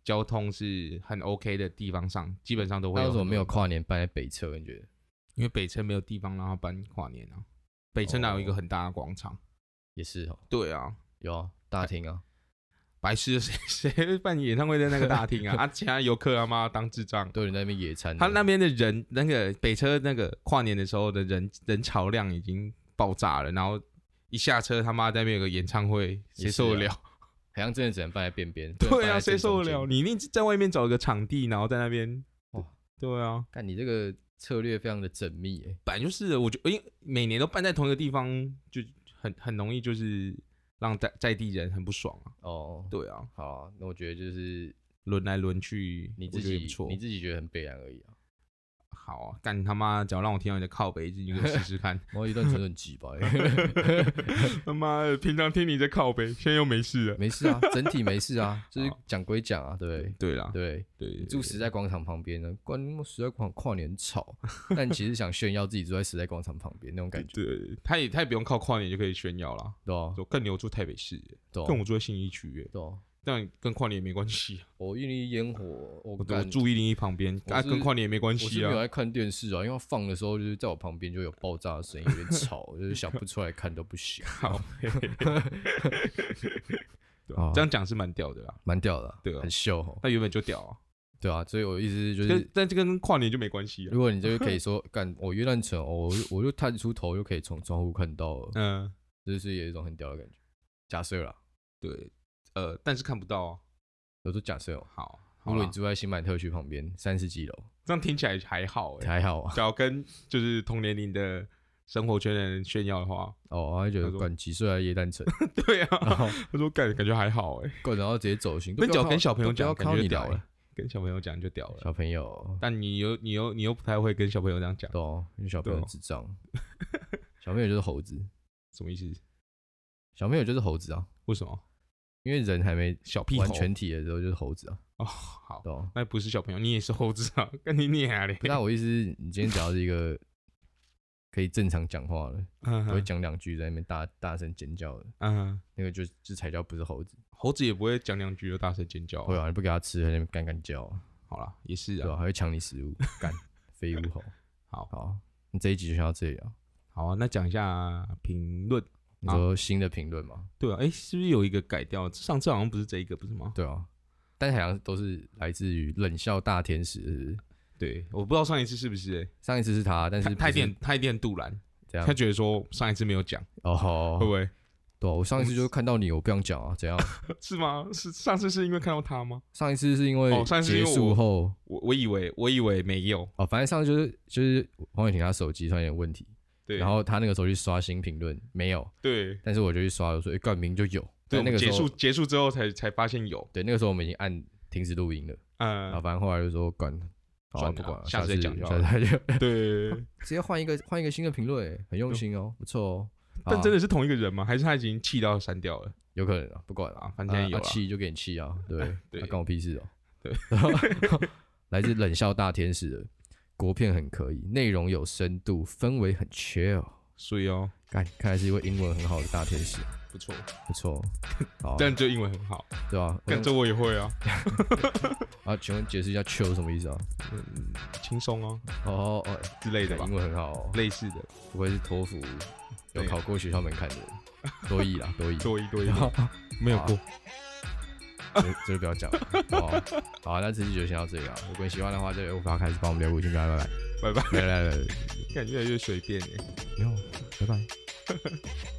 [SPEAKER 2] 交通是很 OK 的地方上，基本上都会
[SPEAKER 1] 那为
[SPEAKER 2] 有很
[SPEAKER 1] 什
[SPEAKER 2] 多
[SPEAKER 1] 么
[SPEAKER 2] 人。
[SPEAKER 1] 没有跨年办在北车？你觉得
[SPEAKER 2] 因为北城没有地方让它办跨年啊，北城哪有一个
[SPEAKER 1] 哦
[SPEAKER 2] 很大的广场？
[SPEAKER 1] 也是哦，
[SPEAKER 2] 对啊，
[SPEAKER 1] 有啊，大厅啊，
[SPEAKER 2] 白痴，谁 谁会办演唱会在那个大厅 啊？啊，其他游客他妈当智障。
[SPEAKER 1] 都有人在那边野餐。
[SPEAKER 2] 他那边的人，那个北车那个跨年的时候的人人潮量已经爆炸了，然后一下车他妈在那边有个演唱会，谁
[SPEAKER 1] 也是啊
[SPEAKER 2] 受得了？
[SPEAKER 1] 好像真的只能办在边边。不能
[SPEAKER 2] 对
[SPEAKER 1] 办
[SPEAKER 2] 啊，
[SPEAKER 1] 在
[SPEAKER 2] 谁
[SPEAKER 1] 正
[SPEAKER 2] 受
[SPEAKER 1] 中
[SPEAKER 2] 得
[SPEAKER 1] 间
[SPEAKER 2] 了？？你一定在外面找一个场地，然后在那边
[SPEAKER 1] 哇。
[SPEAKER 2] 对啊，
[SPEAKER 1] 看你这个策略非常的缜密欸诶、
[SPEAKER 2] 本来就是的，我觉得，因为每年都办在同一个地方，就很很容易就是让在在地人很不爽啊。
[SPEAKER 1] 哦，
[SPEAKER 2] 对啊，
[SPEAKER 1] 好啊、那我觉得就是
[SPEAKER 2] 轮来轮去，
[SPEAKER 1] 你
[SPEAKER 2] 我
[SPEAKER 1] 自
[SPEAKER 2] 觉得
[SPEAKER 1] 己
[SPEAKER 2] 也不错
[SPEAKER 1] 你。自己觉得很悲哀而已啊。
[SPEAKER 2] 好啊，干你他妈！只要让我听到你的靠北，你就试试看。
[SPEAKER 1] 毛一段真的很鸡巴欸、
[SPEAKER 2] 他妈的，平常听你在靠北，现在又没事 了。
[SPEAKER 1] 没事啊，整体没事啊，就是讲归讲啊，对
[SPEAKER 2] 对啦，
[SPEAKER 1] 对，
[SPEAKER 2] 对，
[SPEAKER 1] 住
[SPEAKER 2] 对
[SPEAKER 1] 时代广场旁边呢，关时代广场啊跨年很 吵，但其实想炫耀自己住在时代广场旁边那种感觉，
[SPEAKER 2] 对，他也他也不用靠跨年就可以炫耀啦。
[SPEAKER 1] 对啊，
[SPEAKER 2] 说更牛住台北市耶，
[SPEAKER 1] 对啊
[SPEAKER 2] 更我住在信义区耶，
[SPEAKER 1] 对啊，
[SPEAKER 2] 但跟跨年也没关系啊。
[SPEAKER 1] 我印尼烟火，我
[SPEAKER 2] 我
[SPEAKER 1] 干
[SPEAKER 2] 我住一零一旁边，
[SPEAKER 1] 我
[SPEAKER 2] 啊，
[SPEAKER 1] 是
[SPEAKER 2] 跟跨年也没关
[SPEAKER 1] 我是
[SPEAKER 2] 系
[SPEAKER 1] 没有
[SPEAKER 2] 啊。
[SPEAKER 1] 在看电视啊，因为放的时候就是在我旁边就有爆炸的声音，有点吵，我就是想不出来看都不行，
[SPEAKER 2] 好，嘿嘿嘿对啊
[SPEAKER 1] 哦
[SPEAKER 2] 这样讲是蛮屌的啦。
[SPEAKER 1] 蛮屌的啊、
[SPEAKER 2] 对啊
[SPEAKER 1] 很秀哦，
[SPEAKER 2] 那原本就屌啊，
[SPEAKER 1] 对啊，所以我的意思就
[SPEAKER 2] 但
[SPEAKER 1] 是，
[SPEAKER 2] 但这个跟跨年就没关系啊。
[SPEAKER 1] 如果你就可以说，干我约旦城，哦我就我就探出头就可以从窗户看到了，
[SPEAKER 2] 嗯，
[SPEAKER 1] 这就是有一种很屌的感觉。假设啦，
[SPEAKER 2] 对，呃，但是看不到啊。
[SPEAKER 1] 我说假设哦，
[SPEAKER 2] 好，
[SPEAKER 1] 如
[SPEAKER 2] 好
[SPEAKER 1] 果
[SPEAKER 2] 啦
[SPEAKER 1] 你住在新版特区旁边三十几楼，
[SPEAKER 2] 这样听起来还好哎。
[SPEAKER 1] 还好啊。
[SPEAKER 2] 只要跟就是同年龄的生活圈的人炫耀的话，
[SPEAKER 1] 哦，他就觉
[SPEAKER 2] 他
[SPEAKER 1] 得
[SPEAKER 2] 说
[SPEAKER 1] 管几岁来耶 诞城，
[SPEAKER 2] 对
[SPEAKER 1] 然
[SPEAKER 2] 啊，
[SPEAKER 1] 后
[SPEAKER 2] 他说感感觉还好哎。
[SPEAKER 1] 哦干然后直接走行，
[SPEAKER 2] 跟
[SPEAKER 1] 都不要
[SPEAKER 2] 脚
[SPEAKER 1] 靠
[SPEAKER 2] 跟小朋友
[SPEAKER 1] 都不
[SPEAKER 2] 讲，
[SPEAKER 1] 要
[SPEAKER 2] 感
[SPEAKER 1] 靠
[SPEAKER 2] 觉就
[SPEAKER 1] 你
[SPEAKER 2] 屌
[SPEAKER 1] 来，
[SPEAKER 2] 了。跟小朋友讲就屌了，
[SPEAKER 1] 小朋友，
[SPEAKER 2] 但你又你又你又不太会跟小朋友这样讲，
[SPEAKER 1] 对哦，因为小朋友
[SPEAKER 2] 对哦
[SPEAKER 1] 智障， 小朋友就是猴子，
[SPEAKER 2] 什么意思？
[SPEAKER 1] 小朋友就是猴子啊，
[SPEAKER 2] 为什么？
[SPEAKER 1] 因为人还没
[SPEAKER 2] 小屁
[SPEAKER 1] 完
[SPEAKER 2] 猴
[SPEAKER 1] 全体的时候就是猴子啊，
[SPEAKER 2] 哦，好，
[SPEAKER 1] 对哦。
[SPEAKER 2] 那不是小朋友，你也是猴子啊，跟你俩嘞
[SPEAKER 1] 不。那我意思是，你今天只要是一个可以正常讲话的，
[SPEAKER 2] 嗯
[SPEAKER 1] 不会
[SPEAKER 2] 哼
[SPEAKER 1] 讲两句在那边大大声尖叫的，
[SPEAKER 2] 嗯哼，
[SPEAKER 1] 那个就就才叫不是猴子，
[SPEAKER 2] 猴子也不会讲两句就大声尖叫啊。
[SPEAKER 1] 会啊，你不给它吃，它在那边干干叫啊，
[SPEAKER 2] 好啦，也是
[SPEAKER 1] 对吧、
[SPEAKER 2] 啊。
[SPEAKER 1] 还会抢你食物，干飞屋猴。
[SPEAKER 2] 好
[SPEAKER 1] 好，你这一集就先到这里啊。
[SPEAKER 2] 好啊，那讲一下评论。
[SPEAKER 1] 你
[SPEAKER 2] 啊
[SPEAKER 1] 说新的评论吗？
[SPEAKER 2] 对啊，哎，是不是有一个改掉？上次好像不是这一个，不是吗？
[SPEAKER 1] 对啊，但好像都是来自于冷笑大天使。是不是
[SPEAKER 2] 对，我不知道上一次是不是
[SPEAKER 1] 上一次是他，但
[SPEAKER 2] 哎，
[SPEAKER 1] 是
[SPEAKER 2] 太
[SPEAKER 1] 不
[SPEAKER 2] 太
[SPEAKER 1] 是
[SPEAKER 2] 电太电杜兰，
[SPEAKER 1] 这样
[SPEAKER 2] 他觉得说上一次没有讲，
[SPEAKER 1] 哦
[SPEAKER 2] 会
[SPEAKER 1] 吼，
[SPEAKER 2] 不会？
[SPEAKER 1] 对啊、我上一次就看到你，我不想讲啊，怎样？
[SPEAKER 2] 是吗？是上次是因为看到他吗？
[SPEAKER 1] 上一次是因为
[SPEAKER 2] 哦上一次因
[SPEAKER 1] 结
[SPEAKER 2] 为
[SPEAKER 1] 束
[SPEAKER 2] 我
[SPEAKER 1] 后
[SPEAKER 2] 我我以为我以为没有，
[SPEAKER 1] 哦，反正上次就是就是黄伟霆他手机突然有点问题，
[SPEAKER 2] 对，
[SPEAKER 1] 然后他那个时候去刷新评论没有，
[SPEAKER 2] 对
[SPEAKER 1] 但是我就去刷，我说哎，冠名就有。
[SPEAKER 2] 对，
[SPEAKER 1] 但那个时
[SPEAKER 2] 结
[SPEAKER 1] 候
[SPEAKER 2] 束结束之后才才发现有，
[SPEAKER 1] 对那个时候我们已经按停止录音了，然后
[SPEAKER 2] 嗯，
[SPEAKER 1] 反正后来就说管，好啊
[SPEAKER 2] 算了
[SPEAKER 1] 不管了，
[SPEAKER 2] 下次
[SPEAKER 1] 次
[SPEAKER 2] 再讲就好
[SPEAKER 1] 下次再讲。
[SPEAKER 2] 对，
[SPEAKER 1] 直接换一个换一个新的评论欸，很用心哦，不错哦。
[SPEAKER 2] 但
[SPEAKER 1] 啊
[SPEAKER 2] 真的是同一个人吗？还是他已经气到删掉了？
[SPEAKER 1] 有可能啊，不管了，
[SPEAKER 2] 啊，反正有
[SPEAKER 1] 啊
[SPEAKER 2] 了，
[SPEAKER 1] 气就给你气啊，对，
[SPEAKER 2] 对
[SPEAKER 1] 啊关我屁事哦。
[SPEAKER 2] 对，
[SPEAKER 1] 来自冷笑大天使的国片很可以，内容有深度，氛围很 chill。
[SPEAKER 2] 所以哦，
[SPEAKER 1] 看，看来是一位英文很好的大天使。
[SPEAKER 2] 不不错，
[SPEAKER 1] 不错，哦好，啊
[SPEAKER 2] 但就英文很好。
[SPEAKER 1] 对吧？
[SPEAKER 2] 干这
[SPEAKER 1] 我
[SPEAKER 2] 我也会啊，
[SPEAKER 1] 啊，请问解释一下 “chill” 什么意思啊？
[SPEAKER 2] 嗯，轻松哦
[SPEAKER 1] 哦哦，
[SPEAKER 2] 之类的吧
[SPEAKER 1] 英，文很好哦，
[SPEAKER 2] 类似的，
[SPEAKER 1] 不会是托福有
[SPEAKER 2] 对
[SPEAKER 1] 考过学校门槛的人，多益啦， 多益，
[SPEAKER 2] 多一多一，没有过。
[SPEAKER 1] 这这就不要讲了，好不好，好啊，那这期就先到这里啊。如果你喜欢的话，这里有发开始帮我们留五星评论，
[SPEAKER 2] 拜拜，
[SPEAKER 1] 拜拜，来来来，
[SPEAKER 2] 欸感觉越来越随便哎。
[SPEAKER 1] 没有，拜拜。